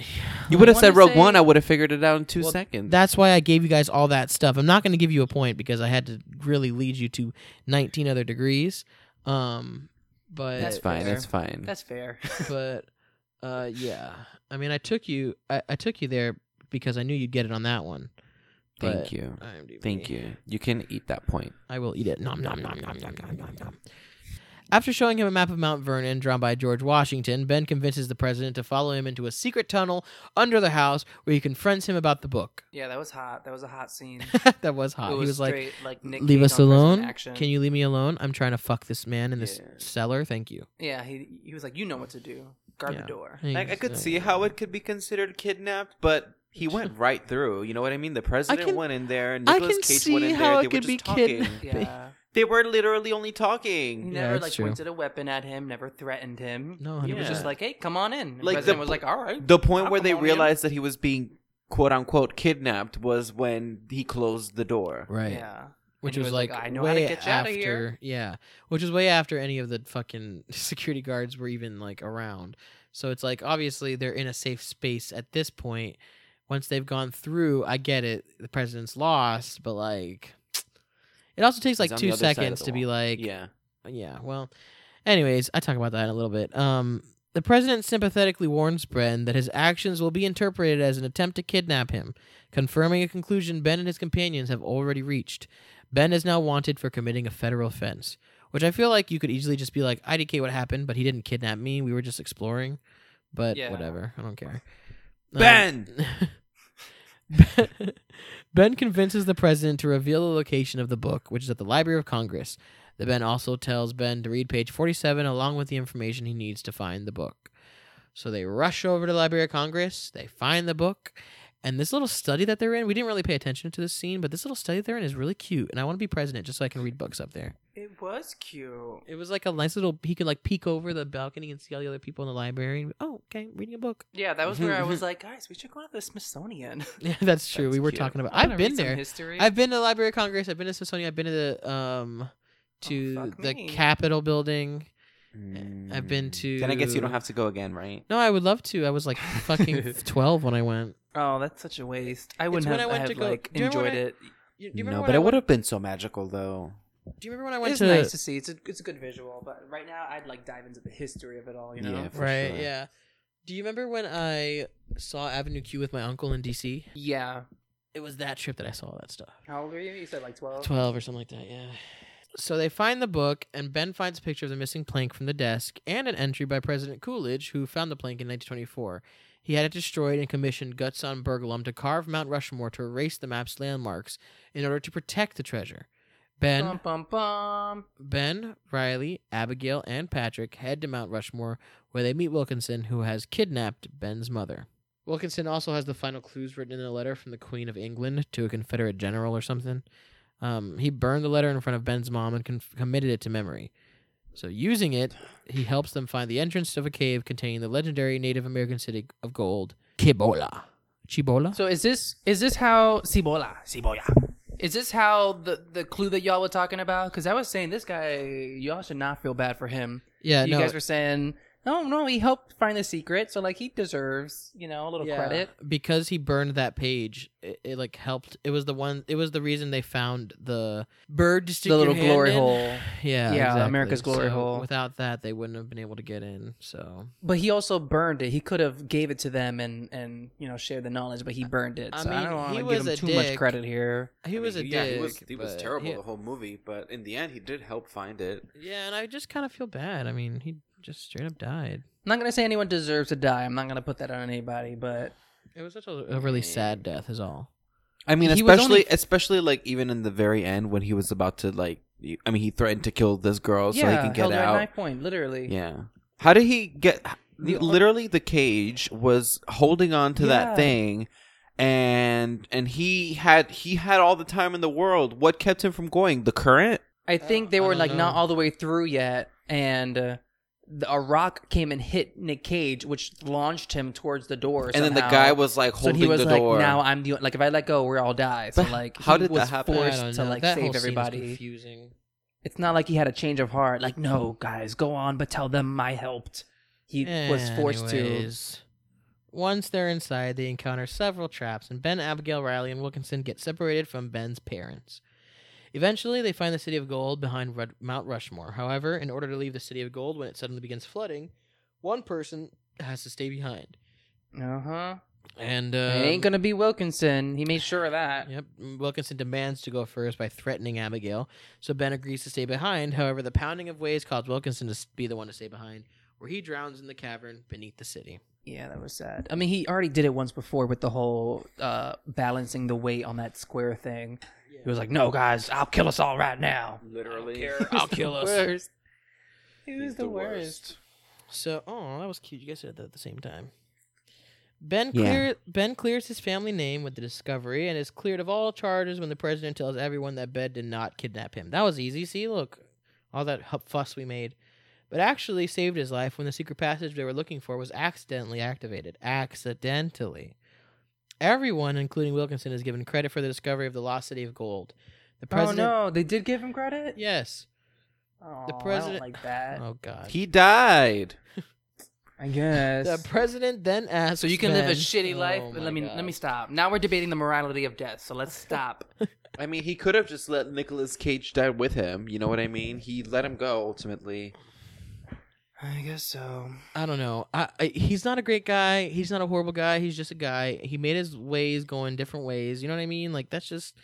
Speaker 3: You would have said
Speaker 2: wanna
Speaker 3: Rogue
Speaker 2: say-
Speaker 3: One. I would have figured it out in two
Speaker 1: Well,
Speaker 3: seconds.
Speaker 1: That's why I gave you guys all that stuff. I'm not going to give you a point because I had to really lead you to 19 other degrees. Um, but
Speaker 3: that's
Speaker 2: That's
Speaker 3: fine.
Speaker 2: fair.
Speaker 3: That's fine.
Speaker 2: That's fair.
Speaker 1: but uh, yeah. I mean, I took you. I, I took you there because I knew you'd get it on that one.
Speaker 3: Thank
Speaker 1: but
Speaker 3: you.
Speaker 1: IMDb.
Speaker 3: Thank you. You can eat that point.
Speaker 1: I will eat it. Nom nom nom nom nom nom nom nom. After showing him a map of Mount Vernon drawn by George Washington, Ben convinces the president to follow him into a secret tunnel under the house where he confronts him about the book.
Speaker 2: yeah, that was hot. That was a hot scene.
Speaker 1: that was hot.
Speaker 2: It
Speaker 1: he was like,
Speaker 2: straight, like Nick
Speaker 1: "Leave
Speaker 2: Cage
Speaker 1: us
Speaker 2: on Press in
Speaker 1: alone.
Speaker 2: Action.
Speaker 1: Can you leave me alone? I'm trying to fuck this man in this
Speaker 3: Yeah.
Speaker 1: cellar. Thank you."
Speaker 2: Yeah, he he was like, you know what to do. Guard
Speaker 1: Yeah.
Speaker 2: the door.
Speaker 3: Like I could see how it could be considered kidnapped, but he went right through. You know what I mean? The president
Speaker 1: can-
Speaker 3: went in there.
Speaker 1: I
Speaker 3: Nicolas
Speaker 1: can
Speaker 3: Cage
Speaker 1: see
Speaker 3: went in
Speaker 1: how
Speaker 3: there.
Speaker 1: it
Speaker 3: they
Speaker 1: could
Speaker 3: were
Speaker 1: be
Speaker 3: just talking.
Speaker 1: kidnapped.
Speaker 2: Yeah.
Speaker 3: They were literally only
Speaker 2: He
Speaker 3: talking.
Speaker 2: never
Speaker 1: that's
Speaker 2: like
Speaker 1: true.
Speaker 2: pointed a weapon at him, never threatened him.
Speaker 1: No,
Speaker 2: he was
Speaker 1: 100%.
Speaker 2: just like, "Hey, come on in." And
Speaker 3: Like,
Speaker 2: like
Speaker 3: the
Speaker 2: president
Speaker 3: p-
Speaker 2: was like, "All right."
Speaker 3: The point where
Speaker 2: I'll
Speaker 3: they
Speaker 2: come on in."
Speaker 3: realized that he was being quote unquote kidnapped was when he closed the door.
Speaker 1: right.
Speaker 2: Yeah.
Speaker 1: Which
Speaker 2: And he
Speaker 1: was,
Speaker 2: was
Speaker 1: like,
Speaker 2: like, "I know
Speaker 1: way
Speaker 2: how to get you
Speaker 1: after,
Speaker 2: outta here."
Speaker 1: yeah. Which was way after any of the fucking security guards were even like around. So it's like obviously they're in a safe space at this point. Once they've gone through, I get it. The president's lost, but like, it also takes like
Speaker 3: He's on
Speaker 1: two
Speaker 3: the other side of
Speaker 1: seconds
Speaker 3: the
Speaker 1: to be
Speaker 3: wall.
Speaker 1: like,
Speaker 3: yeah.
Speaker 1: Uh, yeah well anyways i talk about that in a little bit um the president sympathetically warns ben that his actions will be interpreted as an attempt to kidnap him confirming a conclusion ben and his companions have already reached ben is now wanted for committing a federal offense which i feel like you could easily just be like idk what happened but he didn't kidnap me we were just exploring but
Speaker 2: Yeah.
Speaker 1: whatever i don't care Um,
Speaker 3: Ben!
Speaker 1: ben convinces the president to reveal the location of the book, which is at the Library of Congress. The Ben also tells Ben to read page 47 along with the information he needs to find the book. So they rush over to the Library of Congress, they find the book, and this little study that they're in, we didn't really pay attention to this scene, but this little study they're in is really cute, and I want to be president just so I can read books up there.
Speaker 2: It was cute.
Speaker 1: It was like a nice little, he could like peek over the balcony and see all the other people in the library. And, oh, okay, reading a book.
Speaker 2: Yeah, that was where I was like, guys, we should go to the Smithsonian.
Speaker 1: Yeah, that's true.
Speaker 2: That's
Speaker 1: we were
Speaker 2: cute.
Speaker 1: talking about.
Speaker 2: I wanna
Speaker 1: I've been
Speaker 2: read some
Speaker 1: there.
Speaker 2: History.
Speaker 1: I've been to the Library of Congress. I've been to Smithsonian. I've been to the um to
Speaker 2: fuck
Speaker 1: the
Speaker 2: me.
Speaker 1: Capitol building. I've been to-
Speaker 3: Then I guess you don't have to go again, right?
Speaker 1: No, I would love to. I was like fucking twelve when I went.
Speaker 2: Oh, that's such a waste. I wouldn't
Speaker 1: when
Speaker 2: have,
Speaker 1: I went
Speaker 2: have,
Speaker 1: to go-
Speaker 2: like
Speaker 1: do you remember
Speaker 2: enjoyed
Speaker 1: when I-
Speaker 2: it.
Speaker 1: You, do you remember
Speaker 3: No,
Speaker 1: when
Speaker 3: but
Speaker 1: I
Speaker 3: it
Speaker 1: went-
Speaker 3: would have been so magical though.
Speaker 1: Do you remember when I went
Speaker 2: It's
Speaker 1: to?
Speaker 2: nice to see. It's a, it's a good visual, but right now I'd like dive into the history of it all. You know.
Speaker 3: Yeah. for
Speaker 1: right?
Speaker 3: sure.
Speaker 1: Yeah. Do you remember when I saw Avenue Q with my uncle in D.C.?
Speaker 2: Yeah.
Speaker 1: It was that trip that I saw all that stuff.
Speaker 2: How old were you? You said like 12?
Speaker 1: 12 or something like that, yeah. So they find the book, and Ben finds a picture of the missing plank from the desk and an entry by President Coolidge, who found the plank in 1924. He had it destroyed and commissioned Gutzon Berglum to carve Mount Rushmore to erase the map's landmarks in order to protect the treasure. Ben,
Speaker 2: Bum, bum, bum.
Speaker 1: Ben, Riley, Abigail, and Patrick head to Mount Rushmore, where they meet Wilkinson, who has kidnapped Ben's mother. Wilkinson also has the final clues written in a letter from the Queen of England to a Confederate general or something. Um, he burned the letter in front of Ben's mom and con- committed it to memory. So, using it, he helps them find the entrance of a cave containing the legendary Native American city of gold, Kibola. Chibola?
Speaker 2: So is this is this how Cibola Cibola? Is this how the the clue that y'all were talking about? Because I was saying this guy, y'all should not feel bad for him.
Speaker 1: yeah,
Speaker 2: you
Speaker 1: no.
Speaker 2: guys were saying, no, no, he helped find the secret, so like he deserves, you know, a little credit.
Speaker 1: because he burned that page it, it like helped it was the one it was the reason they found the bird to stick
Speaker 2: The
Speaker 1: your
Speaker 2: little
Speaker 1: hand
Speaker 2: glory
Speaker 1: in.
Speaker 2: hole.
Speaker 1: yeah
Speaker 2: Yeah,
Speaker 1: exactly.
Speaker 2: America's glory
Speaker 1: So
Speaker 2: hole.
Speaker 1: without that they wouldn't have been able to get in so
Speaker 2: But he also burned it. He could have gave it to them and and you know shared the knowledge, but he burned it.
Speaker 1: I
Speaker 2: so I
Speaker 1: mean,
Speaker 2: don't want
Speaker 1: he
Speaker 2: to give
Speaker 1: was
Speaker 2: him
Speaker 1: a
Speaker 2: too much
Speaker 1: dick.
Speaker 2: credit here.
Speaker 1: he was a
Speaker 3: yeah,
Speaker 1: dick
Speaker 3: he was, he was
Speaker 1: but
Speaker 3: terrible
Speaker 1: he-
Speaker 3: the whole movie, but in the end, he did help find it.
Speaker 1: yeah and i just kind of feel bad i mean he just straight up died
Speaker 2: I'm not gonna say anyone deserves to die. I'm not gonna put that on anybody, but
Speaker 1: it was such a, a really sad death is all
Speaker 3: I mean,
Speaker 2: He was
Speaker 3: especially
Speaker 2: only-
Speaker 3: especially like even in the very end when he was about to like, y- I mean, he threatened to kill this girl Oh, so he can get
Speaker 2: held her at
Speaker 3: out.
Speaker 2: knife point, literally.
Speaker 3: Yeah. How did he get?
Speaker 2: The-
Speaker 3: literally, the cage was holding on to
Speaker 2: Yeah.
Speaker 3: that thing, and and he had he had all the time in the world. What kept him from going? The current.
Speaker 2: I think
Speaker 1: I
Speaker 2: they were
Speaker 1: don't
Speaker 2: like not
Speaker 1: know.
Speaker 2: all the way through yet, and uh, the, a rock came and hit Nick Cage, which launched him towards the door.
Speaker 3: and then the
Speaker 2: somehow.
Speaker 3: guy was like
Speaker 2: so
Speaker 3: holding
Speaker 2: he was
Speaker 3: the
Speaker 2: like,
Speaker 3: door.
Speaker 2: "Now I'm the like if I let go, we all die." So
Speaker 3: But
Speaker 2: like,
Speaker 3: how
Speaker 2: he
Speaker 3: did that
Speaker 2: was
Speaker 3: happen?
Speaker 1: I don't
Speaker 2: Forced to
Speaker 1: know.
Speaker 2: like
Speaker 1: that
Speaker 2: save
Speaker 1: whole
Speaker 2: everybody.
Speaker 1: scene is confusing
Speaker 2: it's not like he had a change of heart. Like, no, guys, go on, but tell them I helped. He was forced to.
Speaker 1: Eh, Anyways, Once they're inside, they encounter several traps, and Ben, Abigail, Riley, and Wilkinson get separated from Ben's parents. Eventually, they find the City of Gold behind Ru- Mount Rushmore. However, in order to leave the City of Gold when it suddenly begins flooding, one person has to stay behind.
Speaker 2: Uh huh.
Speaker 1: And
Speaker 2: It
Speaker 1: uh,
Speaker 2: ain't gonna be Wilkinson. He made sure of that.
Speaker 1: Yep. Wilkinson demands to go first by threatening Abigail, so Ben agrees to stay behind. However, the pounding of waves caused Wilkinson to s- be the one to stay behind, where he drowns in the cavern beneath the city.
Speaker 2: Yeah, that was sad. I mean, he already did it once before with the whole uh, balancing the weight on that square thing. He was like, "No, guys, I'll kill us all right now."
Speaker 3: literally,
Speaker 1: I'll kill us.
Speaker 2: Worst. He was the, worst.
Speaker 1: So, oh, that was cute. You guys said that at the same time. Ben
Speaker 3: Yeah.
Speaker 1: clear Ben clears his family name with the discovery and is cleared of all charges when the president tells everyone that Ben did not kidnap him. That was easy. See, look, all that hu- fuss we made, but actually saved his life when the secret passage they were looking for was accidentally activated. Accidentally, everyone, including Wilkinson, is given credit for the discovery of the lost city of gold. The president,
Speaker 2: Oh no, they did give him credit.
Speaker 1: yes,
Speaker 2: Aw,
Speaker 1: the president-
Speaker 2: I don't like that.
Speaker 1: oh god,
Speaker 3: He died.
Speaker 2: I guess.
Speaker 1: the president then asks,
Speaker 2: so you can live a
Speaker 1: Ben-
Speaker 2: shitty life.
Speaker 1: Oh,
Speaker 2: but
Speaker 1: my
Speaker 2: let me let
Speaker 1: God.
Speaker 2: me stop. Now we're debating the morality of death. So let's stop.
Speaker 3: I mean, he could have just let Nicolas Cage die with him. You know what I mean? He let him go ultimately.
Speaker 2: I guess so.
Speaker 1: I don't know. I, I he's not a great guy. He's not a horrible guy. He's just a guy. He made his ways going different ways. You know what I mean? Like that's just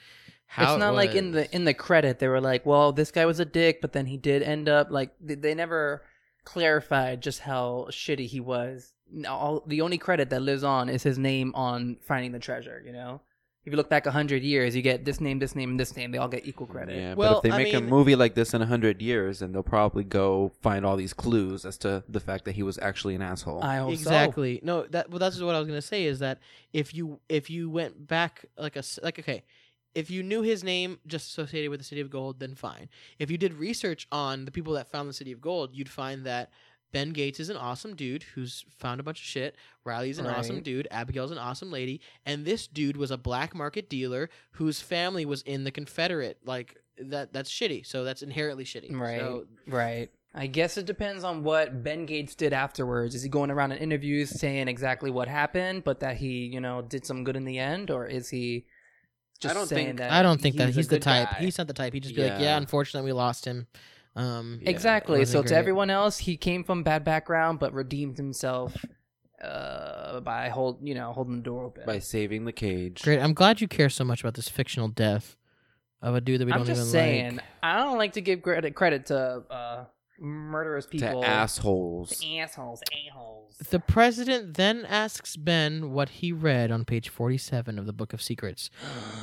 Speaker 1: how.
Speaker 2: it's
Speaker 1: it
Speaker 2: not like in
Speaker 1: was.
Speaker 2: the in the credit they were like, "Well, this guy was a dick," but then he did end up like they, they never clarified just how shitty he was. No, All the only credit that lives on is his name on finding the treasure. You know, If you look back hundred years, you get this name, this name, and this name. They all get equal credit.
Speaker 3: Mm, Yeah,
Speaker 1: Well,
Speaker 3: but if they
Speaker 1: I
Speaker 3: make a
Speaker 1: mean-
Speaker 3: movie like this in 100 years, then they'll probably go find all these clues as to the fact that he was actually an asshole.
Speaker 2: I hope so.
Speaker 1: exactly. No, that well, that's what I was gonna say is that if you if you went back like a s- like okay, if you knew his name just associated with the city of gold, then fine. If you did research on the people that found the city of gold, you'd find that Ben Gates is an awesome dude who's found a bunch of shit. Riley's an awesome
Speaker 2: Right.
Speaker 1: dude. Abigail's an awesome lady, and this dude was a black market dealer whose family was in the Confederate. Like that that's shitty. So that's inherently shitty.
Speaker 2: Right.
Speaker 1: So,
Speaker 2: Right. I guess it depends on what Ben Gates did afterwards. Is he going around in interviews saying exactly what happened, but that he, you know, did some good in the end, or is he
Speaker 3: I
Speaker 2: just
Speaker 3: don't
Speaker 2: saying
Speaker 3: think-
Speaker 2: that?
Speaker 1: I don't think
Speaker 2: he
Speaker 1: that
Speaker 2: was a
Speaker 1: he's the
Speaker 2: good
Speaker 1: type.
Speaker 2: guy?
Speaker 1: He's not the type. He'd just be like,
Speaker 3: Yeah.
Speaker 1: yeah, unfortunately, we lost him. Um,
Speaker 3: Yeah,
Speaker 2: exactly.
Speaker 1: wasn't
Speaker 2: So
Speaker 1: great.
Speaker 2: to everyone else, he came from bad background, but redeemed himself uh, by hold, you know, holding the door open.
Speaker 3: by saving the cage.
Speaker 1: Great. I'm glad you care so much about this fictional death of a dude that we
Speaker 2: I'm
Speaker 1: don't
Speaker 2: just
Speaker 1: even
Speaker 2: saying,
Speaker 1: like.
Speaker 2: I don't like to give credit credit to uh, murderous people,
Speaker 3: To assholes.
Speaker 2: assholes, a-holes.
Speaker 1: The president then asks Ben what he read on page 47 of the Book of Secrets,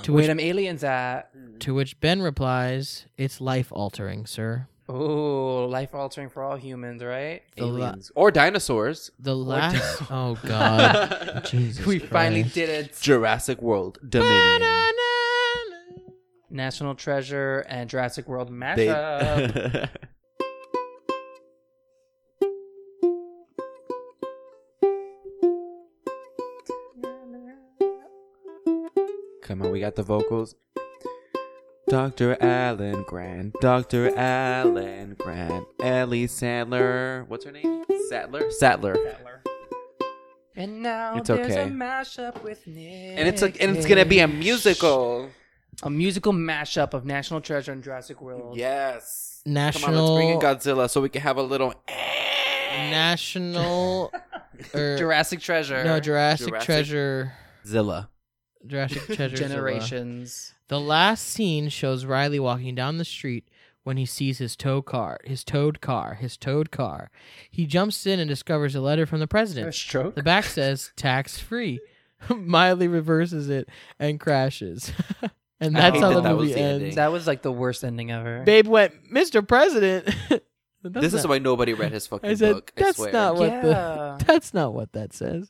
Speaker 1: to
Speaker 2: Wait,
Speaker 1: which- Mm.
Speaker 2: I'm aliens at.
Speaker 1: to which Ben replies, "It's life altering, sir."
Speaker 2: Oh, life altering for all humans, right?
Speaker 1: The la-
Speaker 3: Aliens. Or dinosaurs.
Speaker 1: The last. Oh God.
Speaker 3: God.
Speaker 1: Jesus.
Speaker 2: We finally
Speaker 1: Christ.
Speaker 2: did it.
Speaker 3: Jurassic World Dominion.
Speaker 2: National Treasure and Jurassic World
Speaker 3: They-
Speaker 2: mashup.
Speaker 3: Come on, we got the vocals. Dr. Alan Grant, Dr. Alan Grant, Ellie Sandler. What's her name? Sattler? Sattler.
Speaker 2: and now
Speaker 3: It's
Speaker 2: there's
Speaker 3: okay.
Speaker 2: a mashup with Nick.
Speaker 3: And it's a, and it's gonna be a
Speaker 2: Cage.
Speaker 3: musical.
Speaker 2: A musical mashup of National Treasure and Jurassic World.
Speaker 3: Yes. Come on, let's bring
Speaker 1: National.
Speaker 3: in Godzilla so we can have a little
Speaker 1: National. er,
Speaker 2: Jurassic Treasure.
Speaker 1: No, Jurassic,
Speaker 3: Jurassic-
Speaker 1: Treasure.
Speaker 3: Zilla.
Speaker 1: Jurassic uh, Treasure.
Speaker 3: uh,
Speaker 1: Zilla.
Speaker 2: Generations.
Speaker 1: The last scene shows Riley walking down the street when he sees his tow car, his towed car, his towed car. He jumps in and discovers a letter from the
Speaker 2: A
Speaker 1: president.
Speaker 2: stroke.
Speaker 1: The back says tax free. Miley reverses it and crashes. and
Speaker 2: I
Speaker 1: that's
Speaker 2: hate
Speaker 1: how the
Speaker 2: that that
Speaker 1: movie
Speaker 3: was the
Speaker 1: ends.
Speaker 3: ending.
Speaker 2: That was like the worst ending ever.
Speaker 1: Babe went, Mr. President. That's
Speaker 3: this is
Speaker 1: not-
Speaker 3: why nobody read his fucking
Speaker 1: I said
Speaker 3: book. I
Speaker 1: that's
Speaker 3: swear.
Speaker 1: not what
Speaker 2: Yeah.
Speaker 1: the that's not what that says.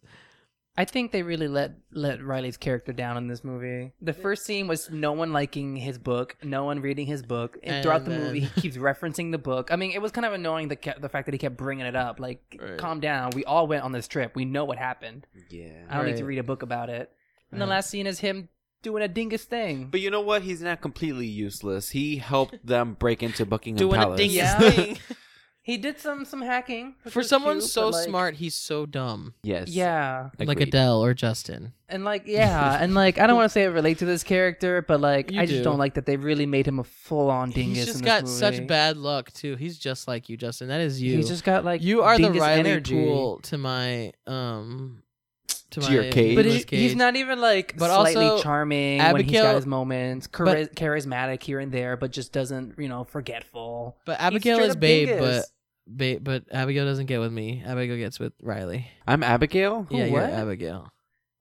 Speaker 2: I think they really let let Riley's character down in this movie. The first scene was no one liking his book, no one reading his book, and, throughout the
Speaker 1: And
Speaker 2: movie
Speaker 1: then-
Speaker 2: he keeps referencing the book. I mean, it was kind of annoying the ca- the fact that he kept bringing it up. Like,
Speaker 3: Right.
Speaker 2: calm down. We all went on this trip. We know what happened. I
Speaker 3: Yeah.
Speaker 2: don't need to
Speaker 1: Right.
Speaker 2: read a book about it. And the
Speaker 1: Right.
Speaker 2: last scene is him doing a dingus thing.
Speaker 3: But you know what? He's not completely useless. He helped them break into Buckingham
Speaker 1: Doing a
Speaker 3: Palace.
Speaker 1: dingus
Speaker 2: Yeah.
Speaker 1: thing.
Speaker 2: he did some some hacking which
Speaker 1: For
Speaker 2: was
Speaker 1: someone
Speaker 2: cute,
Speaker 1: so
Speaker 2: but, like,
Speaker 1: smart, he's so dumb.
Speaker 3: Yes.
Speaker 2: Yeah,
Speaker 1: Like
Speaker 3: Agreed.
Speaker 1: Adele or Justin.
Speaker 2: and like yeah, and like I don't want to say I relate to this character, but like
Speaker 1: You
Speaker 2: I just
Speaker 1: do.
Speaker 2: do. not like that they really made him a full on dingus.
Speaker 1: He's
Speaker 2: in
Speaker 1: just
Speaker 2: this
Speaker 1: got
Speaker 2: movie.
Speaker 1: such bad luck too. He's just like you, Justin. That is you.
Speaker 2: He's just got like
Speaker 1: you are the
Speaker 2: dingus
Speaker 1: Riley
Speaker 2: energy.
Speaker 1: Pool to my um to,
Speaker 3: To
Speaker 1: my
Speaker 3: your Cage.
Speaker 2: But
Speaker 1: Nicolas
Speaker 2: he- he's
Speaker 1: Cage.
Speaker 2: not even like
Speaker 1: But
Speaker 2: slightly
Speaker 1: also,
Speaker 2: charming when he's
Speaker 1: Abigail-
Speaker 2: got his moments, chari- charismatic here and there, but just doesn't you know forgetful.
Speaker 1: But
Speaker 2: He's
Speaker 1: Abigail
Speaker 2: straight
Speaker 1: is
Speaker 2: up
Speaker 1: babe,
Speaker 2: dingus.
Speaker 1: but babe, but Abigail doesn't get with me. Abigail gets with Riley.
Speaker 3: I'm Abigail.
Speaker 2: Who,
Speaker 1: yeah, you're
Speaker 2: what?
Speaker 1: Abigail.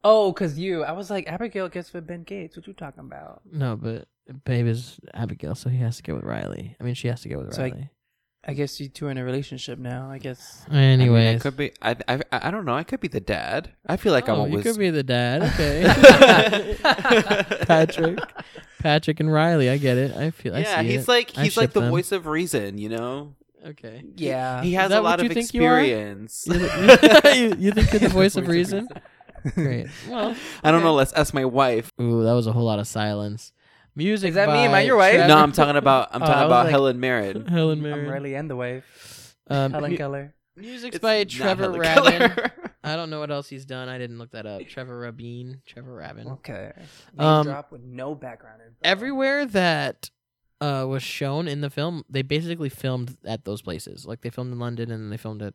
Speaker 2: oh, cause you, I was like Abigail gets with Ben Gates. What you talking about?
Speaker 1: No, but babe is Abigail, so he has to get with Riley. I mean, she has to get with
Speaker 2: So I-
Speaker 1: Riley.
Speaker 2: I guess you two are in a relationship now. I guess.
Speaker 3: I mean, I
Speaker 1: Anyways,
Speaker 3: could be. I, I. I don't know. I could be the dad. I feel like I'm
Speaker 1: Oh,
Speaker 3: always.
Speaker 1: you could be the dad. Okay.
Speaker 2: Patrick.
Speaker 1: Patrick and Riley, I get it. I feel. I
Speaker 3: yeah,
Speaker 1: see
Speaker 3: he's
Speaker 1: it.
Speaker 3: like
Speaker 1: I
Speaker 3: he's like
Speaker 1: ship
Speaker 3: the
Speaker 1: them.
Speaker 3: voice of reason. You know.
Speaker 1: Okay.
Speaker 2: Yeah.
Speaker 3: He has
Speaker 1: Uh, that
Speaker 3: a
Speaker 1: what
Speaker 3: lot
Speaker 1: you
Speaker 3: of
Speaker 1: think you are?
Speaker 3: experience.
Speaker 1: you, you- you think you're the voice of reason? Great. Well,
Speaker 3: I don't know. Let's ask my wife.
Speaker 1: ooh, that was a whole lot of silence. Music.
Speaker 2: Is that me?
Speaker 1: by
Speaker 2: Am I your wife?
Speaker 1: Trevor-
Speaker 3: No, I'm talking about. I'm
Speaker 1: Oh,
Speaker 3: talking
Speaker 1: I was
Speaker 3: about
Speaker 1: like-
Speaker 3: Helen Mirren.
Speaker 1: Helen
Speaker 2: I'm
Speaker 1: Mirren.
Speaker 2: Riley and the Wave.
Speaker 1: Um,
Speaker 2: Helen
Speaker 1: mu-
Speaker 2: Keller.
Speaker 1: music's
Speaker 3: It's
Speaker 1: by
Speaker 3: not
Speaker 1: Trevor
Speaker 3: Helen
Speaker 1: Rabin.
Speaker 3: Keller.
Speaker 1: I don't know what else he's done. I didn't look that up. Trevor Rabin. Trevor Rabin.
Speaker 2: Okay. Name
Speaker 1: Um,
Speaker 2: drop with no background. info.
Speaker 1: Everywhere that uh, was shown in the film, they basically filmed at those places. Like they filmed in London and they filmed at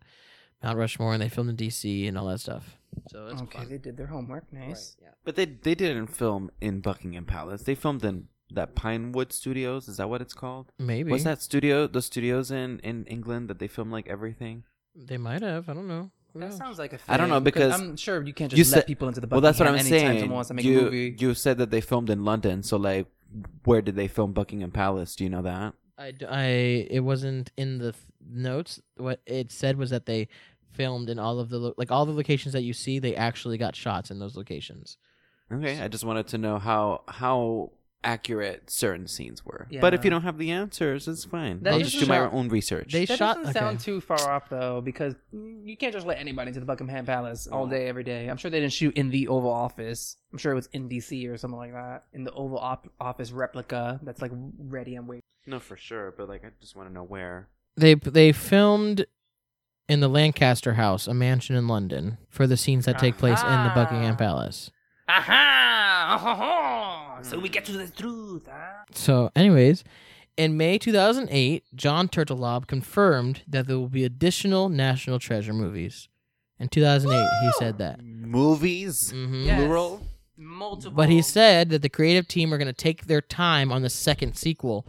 Speaker 1: Mount Rushmore and they filmed in D.C. and all that stuff. So it's
Speaker 2: Okay,
Speaker 1: fun.
Speaker 2: they did their homework. Nice.
Speaker 3: But they they didn't film in Buckingham Palace. They filmed in that Pinewood Studios. Is that what it's called?
Speaker 1: Maybe.
Speaker 3: What's that studio? The studios in in England that they film like everything.
Speaker 1: They might have. I don't know. knows?
Speaker 2: That sounds like a
Speaker 3: I don't know,
Speaker 2: thing,
Speaker 3: because
Speaker 2: I'm sure you can't
Speaker 3: you
Speaker 2: just let
Speaker 3: said-
Speaker 2: people into the Buckingham
Speaker 3: Well, that's what I'm
Speaker 2: anytime
Speaker 3: saying.
Speaker 2: someone wants to make
Speaker 3: you
Speaker 2: a movie.
Speaker 3: you said that they filmed in London, so like, where did they film Buckingham Palace? Do you know that?
Speaker 1: I, d- I it wasn't in the f- notes. What it said was that they filmed in all of the lo- like all the locations that you see. They actually got shots in those locations.
Speaker 3: Okay, I just wanted to know how how accurate certain scenes were.
Speaker 2: Yeah,
Speaker 3: but if you
Speaker 2: no.
Speaker 3: don't have the answers, it's fine.
Speaker 2: That
Speaker 3: I'll
Speaker 1: is
Speaker 3: just do my
Speaker 2: true.
Speaker 3: own research.
Speaker 1: They
Speaker 2: that
Speaker 1: shot.
Speaker 2: doesn't sound too far off though, because you can't just let anybody into the Buckingham Palace all day, every day. I'm sure they didn't shoot in the Oval Office. I'm sure it was in DC or something like that, in the Oval op- Office replica that's like ready and waiting.
Speaker 3: no, for sure. But like, I just want to know where.
Speaker 1: they they filmed in the Lancaster House, a mansion in London, for the scenes that take place in the Buckingham
Speaker 2: Aha.
Speaker 1: Palace.
Speaker 2: Aha! Ah-ha-ha! So we get to the truth. Huh?
Speaker 1: So, anyways, in May 2008, John Turtelob confirmed that there will be additional National Treasure movies. In 2008, he said that.
Speaker 3: Movies,
Speaker 1: Mhm.
Speaker 2: Yes.
Speaker 3: plural.
Speaker 2: Multiple.
Speaker 1: But he said that the creative team are going to take their time on the second sequel.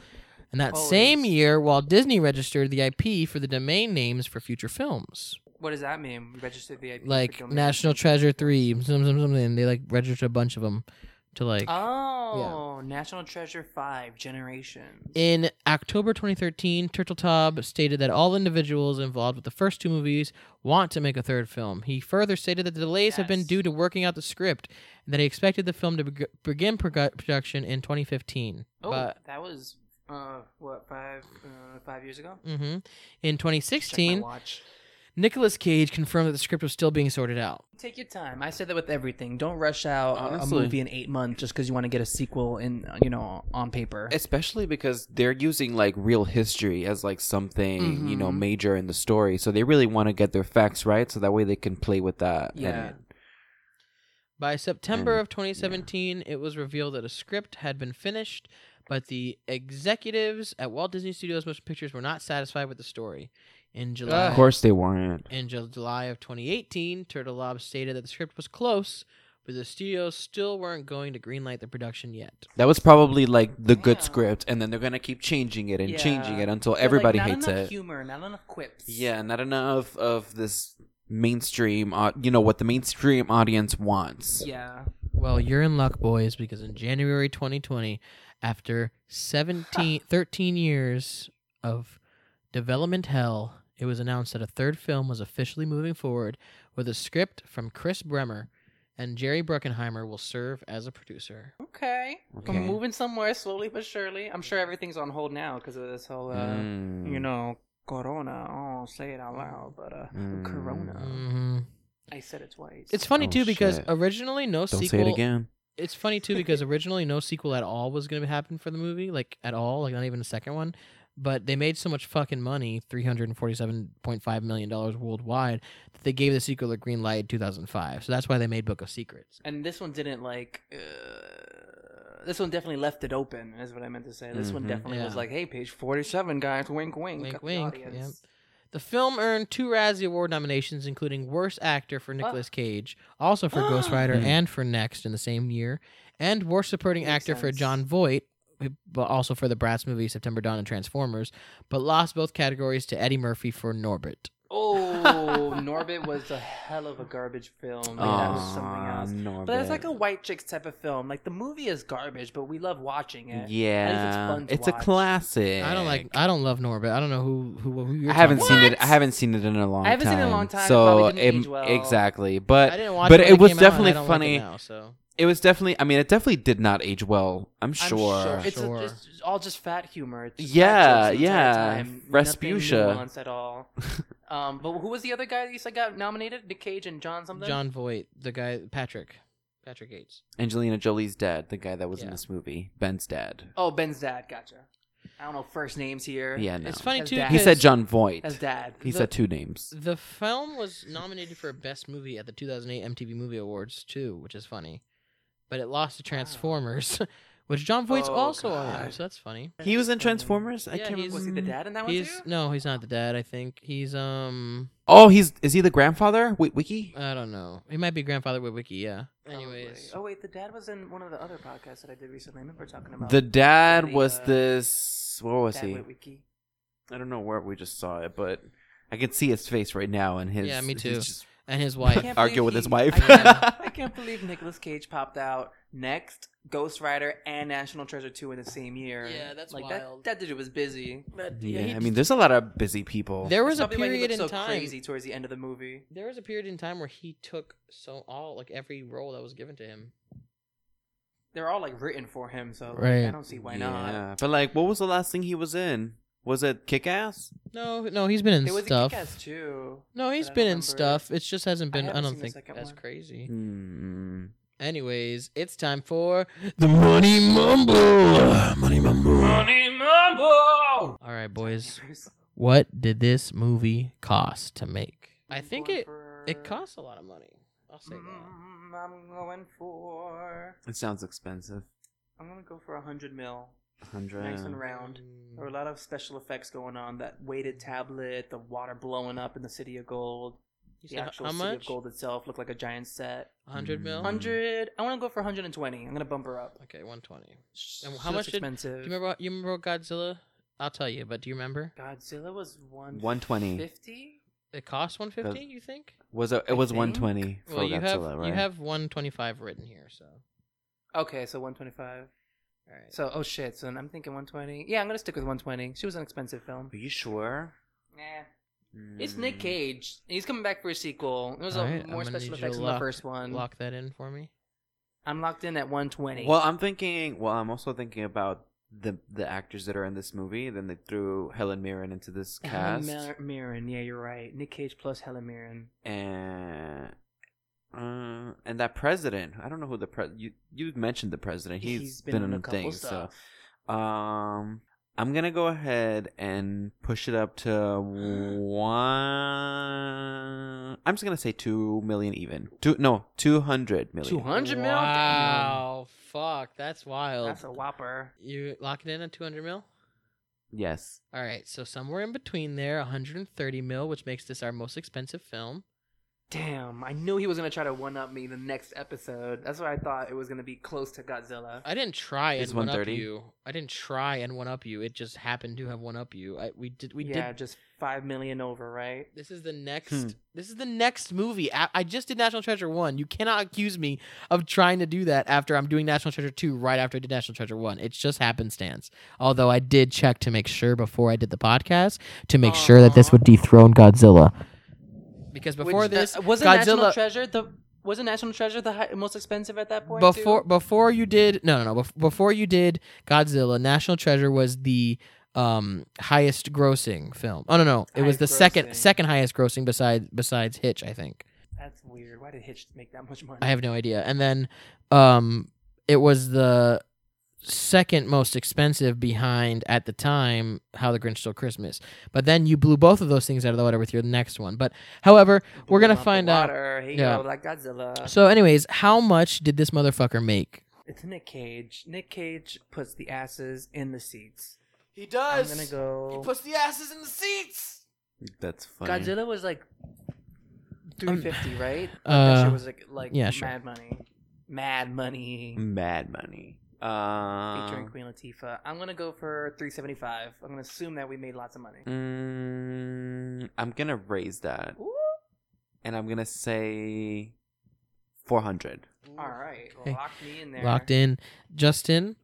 Speaker 1: And that
Speaker 2: Always.
Speaker 1: same year, Walt Disney registered the IP for the domain names for future films,
Speaker 2: "What does that mean? Register the IP for
Speaker 1: like
Speaker 2: domain
Speaker 1: National
Speaker 2: name."
Speaker 1: Treasure Three, something, something. And they like registered a bunch of them to like.
Speaker 2: Oh, National Treasure Five Generations.
Speaker 1: In October 2013, Turtle Taub stated that all individuals involved with the first two movies want to make a third film. He further stated that the delays have been
Speaker 2: Yes.
Speaker 1: due to working out the script and that he expected the film to beg- begin produ- production in 2015.
Speaker 2: oh,
Speaker 1: But
Speaker 2: that was uh, what five uh, five years ago.
Speaker 1: hmm in
Speaker 2: Check my
Speaker 1: 2016,
Speaker 2: watch.
Speaker 1: Nicolas Cage confirmed that the script was still being sorted out.
Speaker 2: Take your time. I say that with everything. Don't rush out a-
Speaker 3: Honestly.
Speaker 2: a movie in eight months just because you want to get a sequel in uh, you know on paper.
Speaker 3: Especially because they're using like real history as like something you know
Speaker 2: Mhm.
Speaker 3: major in the story, so they really want to get their facts right, so that way they can play with that.
Speaker 2: Yeah.
Speaker 3: and-
Speaker 1: By September
Speaker 3: And-
Speaker 1: of 2017, it was revealed that a script had been finished, but the executives at Walt Disney Studios Motion Pictures were not satisfied with the story. In July,
Speaker 3: of course, they weren't.
Speaker 1: In Ju- July of 2018, Turtle Lob stated that the script was close, but the studios still weren't going to greenlight the production yet.
Speaker 3: That was probably like the good
Speaker 2: Yeah.
Speaker 3: script, and then they're gonna keep chenging it and
Speaker 2: Yeah.
Speaker 3: changing it until
Speaker 2: But,
Speaker 3: everybody
Speaker 2: like, not
Speaker 3: hates
Speaker 2: enough
Speaker 3: it.
Speaker 2: Humor, not enough quips.
Speaker 3: Yeah, not enough of this mainstream, au- you know, what the mainstream audience wants.
Speaker 2: Yeah.
Speaker 1: Well, you're in luck, boys, because in January 2020, after 17, 13 years of development hell, it was announced that a third film was officially moving forward with a script from Chris Bremer, and Jerry Bruckenheimer will serve as a producer.
Speaker 2: Okay.
Speaker 3: Okay.
Speaker 2: I'm moving somewhere slowly but surely. I'm sure everything's on hold now because of this whole, uh,
Speaker 3: Mm.
Speaker 2: you know, Corona. Oh, say it out loud, but uh,
Speaker 3: Mm.
Speaker 2: Corona.
Speaker 1: hmm
Speaker 2: I said it twice.
Speaker 1: It's funny
Speaker 3: Oh,
Speaker 1: too because
Speaker 3: shit.
Speaker 1: originally no
Speaker 3: Don't
Speaker 1: sequel
Speaker 3: say it again.
Speaker 1: it's funny too because originally no sequel at all was going to happen for the movie, like at all, like not even a second one. But they made so much fucking money, three hundred and forty-seven point five million dollars worldwide, that they gave the sequel a green light in two thousand five. So that's why they made Book of Secrets.
Speaker 2: And this one didn't like. Uh, this one definitely left it open. Is what I meant to say. This one
Speaker 3: Mhm.
Speaker 2: definitely was
Speaker 1: Yeah.
Speaker 2: like, "Hey, page forty-seven, guys. Wink, wink.
Speaker 1: Wink,
Speaker 2: at the
Speaker 1: wink,
Speaker 2: audience."
Speaker 1: The film earned two Razzie Award nominations, including Worst Actor for Nicolas Cage, also for Ghost Rider
Speaker 3: Mm.
Speaker 1: and for Next in the same year, and Worst Supporting
Speaker 2: Makes
Speaker 1: Actor for
Speaker 2: sense.
Speaker 1: John Voight, eh, but also for the Bratz movie September Dawn and Transformers, but lost both categories to Eddie Murphy for Norbit.
Speaker 2: Oh, Norbit was a hell of a garbage film. Like, that was Oh, something
Speaker 3: Aw,
Speaker 2: else.
Speaker 3: Norbit.
Speaker 2: But it's like a white chicks type of film. Like the movie is garbage, but we love watching it.
Speaker 3: yeah,
Speaker 2: fun to
Speaker 3: it's a
Speaker 2: watch.
Speaker 3: classic.
Speaker 1: I don't like. I don't love Norbit. I don't know who who, who you're.
Speaker 3: I haven't
Speaker 1: talking
Speaker 3: seen
Speaker 1: about.
Speaker 3: it. I haven't seen it in a long time.
Speaker 2: I haven't seen it in a long time. It
Speaker 3: So
Speaker 2: probably didn't age well.
Speaker 3: exactly, but
Speaker 1: I didn't watch
Speaker 3: but
Speaker 1: it.
Speaker 3: it
Speaker 1: when
Speaker 3: was
Speaker 1: came out, and I
Speaker 3: definitely
Speaker 1: don't like it
Speaker 3: funny.
Speaker 1: now, so
Speaker 3: it was definitely. I mean, it definitely did not age well. I'm
Speaker 2: I'm
Speaker 3: sure.
Speaker 2: It's, a-
Speaker 1: Sure.
Speaker 2: it's just all just fat humor. It's just
Speaker 3: Yeah,
Speaker 2: fat jokes the entire
Speaker 3: yeah.
Speaker 2: time.
Speaker 3: Respucia.
Speaker 2: Nothing nuanced at all. um, but who was the other guy that you said got nominated? Nick Cage and John something.
Speaker 1: John Voight, the guy Patrick, Patrick Gates.
Speaker 3: Angelina Jolie's dad, the guy that was in
Speaker 1: Yeah.
Speaker 3: this movie, Ben's dad.
Speaker 2: Oh, Ben's dad. Gotcha. I don't know first names here.
Speaker 3: Yeah, no.
Speaker 1: It's funny
Speaker 2: As
Speaker 1: too.
Speaker 2: dad.
Speaker 3: He
Speaker 1: because
Speaker 3: said John Voight.
Speaker 2: As dad.
Speaker 3: He
Speaker 1: The-
Speaker 3: said two names.
Speaker 1: The film was nominated for Best Movie at the 2008 MTV Movie Awards too, which is funny, but it lost to Transformers, which John Voight's
Speaker 2: Oh,
Speaker 1: also on,
Speaker 2: God.
Speaker 1: so that's funny.
Speaker 3: He was in Transformers. I
Speaker 1: Yeah,
Speaker 3: can't
Speaker 1: he's-
Speaker 3: remember.
Speaker 2: Was he the dad in that one
Speaker 1: He's
Speaker 2: too?
Speaker 1: no, he's not the dad. I think he's um,
Speaker 3: Oh, he's is he the grandfather? Wait, Wiki.
Speaker 1: I don't know. He might be grandfather with Wiki. Yeah. Anyways,
Speaker 2: Probably. Oh wait, the dad was in one of the other podcasts that I did recently. I remember talking about
Speaker 3: The dad
Speaker 2: the,
Speaker 3: was
Speaker 2: uh,
Speaker 3: this. Where was
Speaker 2: Dad
Speaker 3: he?
Speaker 2: Wit Wiki.
Speaker 3: I don't know where we just saw it, but I can see his face right now, and his
Speaker 1: Yeah, me
Speaker 3: he's
Speaker 1: too.
Speaker 3: just
Speaker 1: and his wife.
Speaker 2: can't
Speaker 3: Argue
Speaker 2: believe
Speaker 3: with his
Speaker 2: he-
Speaker 3: wife.
Speaker 2: I can't, I can't believe Nicolas Cage popped out next Ghost Rider and National Treasure 2 in the same year.
Speaker 1: Yeah, that's
Speaker 2: like
Speaker 1: wild.
Speaker 2: That, that dude was busy.
Speaker 3: Yeah,
Speaker 1: he-
Speaker 3: I mean, there's a lot of busy people.
Speaker 1: there was a
Speaker 2: Probably why he
Speaker 1: period in
Speaker 2: looked so
Speaker 1: time.
Speaker 2: crazy towards the end of the movie.
Speaker 1: There was a period in time where he took so all like every role that was given to him.
Speaker 2: They're all like written for him, so like,
Speaker 1: Right.
Speaker 2: I don't see why not.
Speaker 3: But like, what was the last thing he was in? Was it Kick Ass?
Speaker 1: No, no, he's been in
Speaker 2: There was a
Speaker 1: stuff.
Speaker 2: kick too.
Speaker 1: No, he's
Speaker 2: but
Speaker 1: been
Speaker 2: I don't
Speaker 1: in
Speaker 2: remember
Speaker 1: stuff. It just hasn't
Speaker 2: I
Speaker 1: been. I,
Speaker 2: haven't
Speaker 1: don't
Speaker 2: seen the
Speaker 1: think
Speaker 2: second
Speaker 1: that's
Speaker 2: one.
Speaker 1: crazy.
Speaker 3: Hmm.
Speaker 1: Anyways, it's time for the money mumble. Money mumble.
Speaker 2: Money Mumbo!
Speaker 1: All right, boys. What did this movie cost to make? I think it it costs a lot of money. I'll say that.
Speaker 2: Mm, I'm going for.
Speaker 3: It sounds expensive.
Speaker 2: I'm gonna go for a hundred mil.
Speaker 3: Hundred.
Speaker 2: Nice and round.
Speaker 1: Mm,
Speaker 2: There were a lot of special effects going on. That weighted tablet, the water blowing up in the City of Gold.
Speaker 1: You
Speaker 2: The
Speaker 1: said
Speaker 2: actual
Speaker 1: how
Speaker 2: City
Speaker 1: much?
Speaker 2: of Gold itself looked like a giant set.
Speaker 1: 100 mil.
Speaker 3: Mm.
Speaker 2: Hundred. I want to go for 120. I'm gonna bump her up.
Speaker 1: Okay, 120. Do
Speaker 2: So
Speaker 1: how much
Speaker 2: that's
Speaker 1: did-
Speaker 2: expensive?
Speaker 1: you remember you remember Godzilla? I'll tell you, but do you remember?
Speaker 2: Godzilla was one.
Speaker 3: 120.
Speaker 2: Fifty.
Speaker 1: It cost 150, you think?
Speaker 3: Was it?
Speaker 2: I
Speaker 3: It was
Speaker 2: think.
Speaker 3: 120 for
Speaker 1: Well, you
Speaker 3: Godzilla,
Speaker 1: have
Speaker 3: right?
Speaker 1: you have 125 written here, so.
Speaker 2: Okay, so 125.
Speaker 1: All right.
Speaker 2: So oh shit. So then I'm thinking 120. Yeah, I'm gonna stick with 120. She was an expensive film.
Speaker 3: Are you sure?
Speaker 2: Nah. It's Nick
Speaker 3: Mm.
Speaker 2: Cage. He's coming back for a sequel. It was a
Speaker 1: All right, I'm
Speaker 2: more
Speaker 1: gonna need
Speaker 2: special
Speaker 1: you to
Speaker 2: effects than the
Speaker 1: lock-
Speaker 2: first one.
Speaker 1: lock that in for me.
Speaker 2: I'm locked in at 120.
Speaker 3: Well, I'm thinking. Well, I'm also thinking about the the actors that are in this movie. Then they threw Helen Mirren into this cast,
Speaker 2: Helen Mir- Mirren. Yeah, you're right. Nick Cage plus Helen Mirren.
Speaker 3: and uh, and that president. I don't know who the pre. You you mentioned the president. he's been, in a thing. So, um, I'm gonna go ahead and push it up to one. I'm just gonna say two million even. Two no two hundred million.
Speaker 2: Two hundred mil. Damn.
Speaker 1: Wow, fuck, that's wild.
Speaker 2: That's a whopper.
Speaker 1: you lock it in at 200 mil?
Speaker 3: Yes.
Speaker 1: All right, so somewhere in between there, 130 mil, which makes this our most expensive film.
Speaker 2: Damn, I knew he was gonna try to one up me the next episode. That's what I thought it was gonna be close to Godzilla.
Speaker 1: I didn't try
Speaker 3: It's
Speaker 1: and one up
Speaker 3: 130?
Speaker 1: you. I didn't try and one up you. It just happened to have one up you. I, we did. We
Speaker 2: yeah,
Speaker 1: did.
Speaker 2: just five million over, right?
Speaker 1: This is the next.
Speaker 3: Hmm.
Speaker 1: This is the next movie. A- I just did National Treasure one. You cannot accuse me of trying to do that after I'm doing National Treasure two right after I did National Treasure one. It's just happenstance. Although I did check to make sure before I did the podcast to make sure that this
Speaker 2: Aw.
Speaker 1: would dethrone Godzilla. Because before
Speaker 2: Which-
Speaker 1: this,
Speaker 2: that- wasn't National
Speaker 1: Godzilla.
Speaker 2: Treasure the wasn't National Treasure the hi- most expensive at that point? too?
Speaker 1: before before you did no no no bef- before you did Godzilla, National Treasure was the um highest grossing film. Oh no no, it was
Speaker 2: Highest
Speaker 1: the second
Speaker 2: grossing.
Speaker 1: second highest grossing besides besides Hitch, I think.
Speaker 2: That's weird. Why did Hitch make that much money?
Speaker 1: I have no idea. And then um it was the second most expensive behind at the time How the Grinch Stole Christmas. But then you blew both of those things out of the water with your next one. But however, we're
Speaker 2: Blew
Speaker 1: going
Speaker 2: up
Speaker 1: to
Speaker 2: the
Speaker 1: find out.
Speaker 2: water. He
Speaker 1: yeah.
Speaker 2: go like Godzilla.
Speaker 1: So anyways, how much did this motherfucker make?
Speaker 2: It's Nick Cage. Nick Cage puts the asses in the seats.
Speaker 3: He
Speaker 2: I'm
Speaker 3: does.
Speaker 2: gonna go.
Speaker 3: the asses in the seats. That's funny.
Speaker 2: Godzilla was like 350, right? that
Speaker 1: Um, Uh,
Speaker 2: shit was like like
Speaker 1: yeah, sure.
Speaker 2: mad money, mad money.
Speaker 3: Mad Money.
Speaker 1: Um,
Speaker 3: Uh,
Speaker 2: Featuring Queen Latifah. I'm gonna go for 375. I'm gonna assume that we made lots of money.
Speaker 3: Um, Mm, I'm gonna raise
Speaker 1: Mm.
Speaker 3: that,
Speaker 2: Ooh.
Speaker 3: and I'm gonna say four hundred.
Speaker 2: All right,
Speaker 1: Okay.
Speaker 2: lock me in there.
Speaker 1: Locked in. Justin,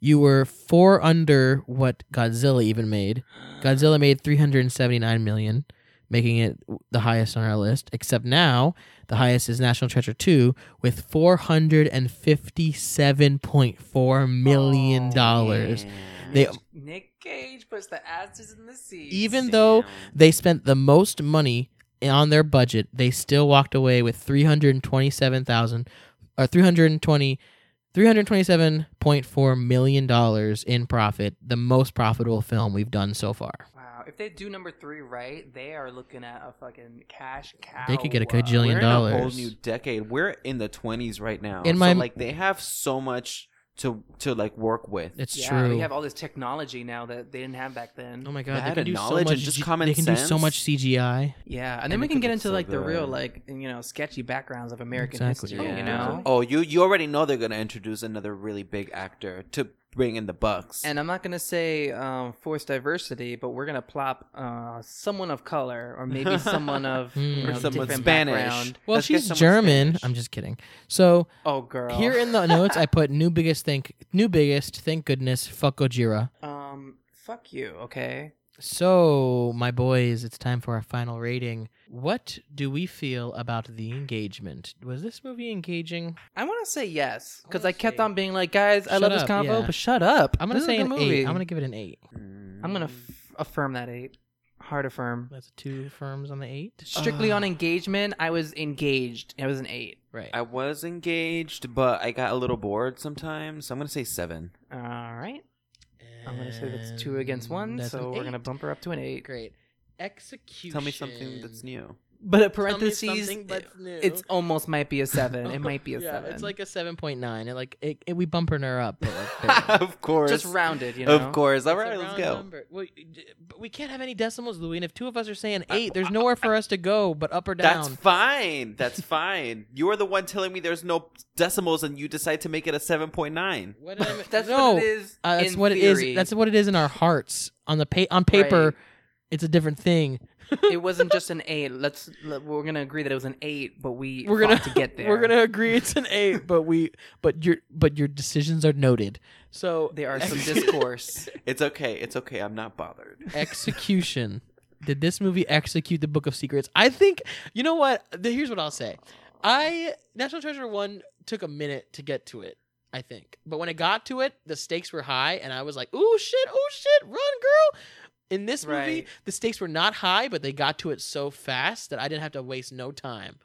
Speaker 1: you were four under what Godzilla even made. Godzilla made 379 million, making it the highest on our list. Except now, the highest is National Treasure 2 with 457.4
Speaker 2: Oh,
Speaker 1: million dollars. They
Speaker 2: Nick Cage puts the asses in the seats.
Speaker 1: even though they spent the most money on their budget, they still walked away with 327,000 or 320 327.4 million dollars in profit, the most profitable film we've done so far.
Speaker 2: Wow, if they do number three right, they are looking at a fucking cash cow.
Speaker 1: They could get a
Speaker 3: we're
Speaker 1: gajillion
Speaker 3: in a whole
Speaker 1: dollars.
Speaker 3: new decade. We're in the twenties right now.
Speaker 1: In
Speaker 3: so,
Speaker 1: my-
Speaker 3: like they have so much to to like work with.
Speaker 1: It's
Speaker 2: Yeah,
Speaker 1: true.
Speaker 2: we have all this technology now that they didn't have back then.
Speaker 1: oh my god, they
Speaker 3: That
Speaker 1: can do so
Speaker 3: knowledge
Speaker 1: much.
Speaker 3: and just
Speaker 1: G-
Speaker 3: common
Speaker 1: they can do so
Speaker 3: sense.
Speaker 1: much CGI.
Speaker 2: Yeah, and,
Speaker 3: And
Speaker 2: then
Speaker 3: it
Speaker 2: we
Speaker 3: could
Speaker 2: can get
Speaker 3: look
Speaker 2: into
Speaker 3: so
Speaker 2: like the real,
Speaker 3: good.
Speaker 2: like you know, sketchy backgrounds of American
Speaker 1: Exactly. Oh.
Speaker 2: history.
Speaker 1: Yeah.
Speaker 2: You know,
Speaker 3: Oh, you you already know they're gonna introduce another really big actor to bring in the bucks.
Speaker 2: And I'm not going to say um, force diversity, but we're going to plop uh, someone of color or maybe someone of you
Speaker 1: Mm.
Speaker 2: know,
Speaker 1: Or
Speaker 3: someone
Speaker 2: different
Speaker 3: Spanish.
Speaker 2: background.
Speaker 1: Well,
Speaker 3: Let's get
Speaker 1: she's
Speaker 3: someone
Speaker 1: German.
Speaker 3: Spanish.
Speaker 1: I'm just kidding. So
Speaker 2: Oh, girl.
Speaker 1: here in the notes, I put new biggest thank new biggest thank goodness fuck Gojira.
Speaker 2: um, fuck you. Okay.
Speaker 1: So my boys, it's time for our final rating. What do we feel about the engagement? Was this movie engaging?
Speaker 2: I want to say yes
Speaker 1: I
Speaker 2: because I
Speaker 1: wanna
Speaker 2: kept
Speaker 1: say-
Speaker 2: on being like, guys, I
Speaker 1: Shut
Speaker 2: love this
Speaker 1: up,
Speaker 2: convo,
Speaker 1: yeah.
Speaker 2: but shut up.
Speaker 1: I'm gonna
Speaker 2: This is a
Speaker 1: say
Speaker 2: good
Speaker 1: an
Speaker 2: movie.
Speaker 1: eight. I'm gonna give it an eight.
Speaker 2: I'm gonna f- affirm that eight. Hard affirm.
Speaker 1: That's two firms on the eight. Uh,
Speaker 2: Strictly
Speaker 3: Ah.
Speaker 2: on engagement, I was engaged. It was an eight.
Speaker 1: Right.
Speaker 3: I was engaged, but I got a little bored sometimes. So I'm gonna say seven.
Speaker 2: All right. I'm gonna say that's two against
Speaker 1: And
Speaker 2: one,
Speaker 1: that's an
Speaker 2: so we're gonna
Speaker 1: eight.
Speaker 2: bump her up to an eight.
Speaker 1: Great. Execution.
Speaker 3: Tell me something that's new.
Speaker 2: But at
Speaker 1: Tell me
Speaker 2: parentheses,
Speaker 1: something that's new.
Speaker 2: it's almost might be a seven. It might be a
Speaker 1: yeah,
Speaker 2: seven.
Speaker 1: It's like a seven point nine. It like it, it, we bumping her up. But like barely.
Speaker 3: of course,
Speaker 2: just rounded, you know.
Speaker 3: Of course. All
Speaker 1: It's a
Speaker 3: right, let's
Speaker 1: round
Speaker 3: go.
Speaker 1: number. Well, y- d- but we can't have any decimals, Louis. And if two of us are saying eight, there's nowhere for us to go but up or down.
Speaker 3: That's fine. That's fine. You're the one telling me there's no decimals, and you decide to make it a seven point nine.
Speaker 1: what did I mi-
Speaker 2: That's
Speaker 1: no,
Speaker 2: what it is.
Speaker 1: uh, that's
Speaker 2: in
Speaker 1: what it
Speaker 2: theory.
Speaker 1: is. That's what it is in our hearts. On the pa- on paper,
Speaker 2: Right.
Speaker 1: it's a different thing.
Speaker 2: it wasn't just an eight. Let's let, we're gonna agree that it was an eight, but we
Speaker 1: We're gonna
Speaker 2: fought to get there.
Speaker 1: We're gonna agree it's an eight, but we but your but your decisions are noted. So
Speaker 2: There are some discourse.
Speaker 3: It's okay. It's okay. I'm not bothered.
Speaker 1: execution. Did this movie execute the Book of Secrets? I think you know what. Th- Here's what I'll say. I National Treasure One took a minute to get to it. I think, but when it got to it, the stakes were high, and I was like, "Ooh shit! Ooh shit! Run, girl!" In this movie,
Speaker 2: Right.
Speaker 1: the stakes were not high, but they got to it so fast that I didn't have to waste no time.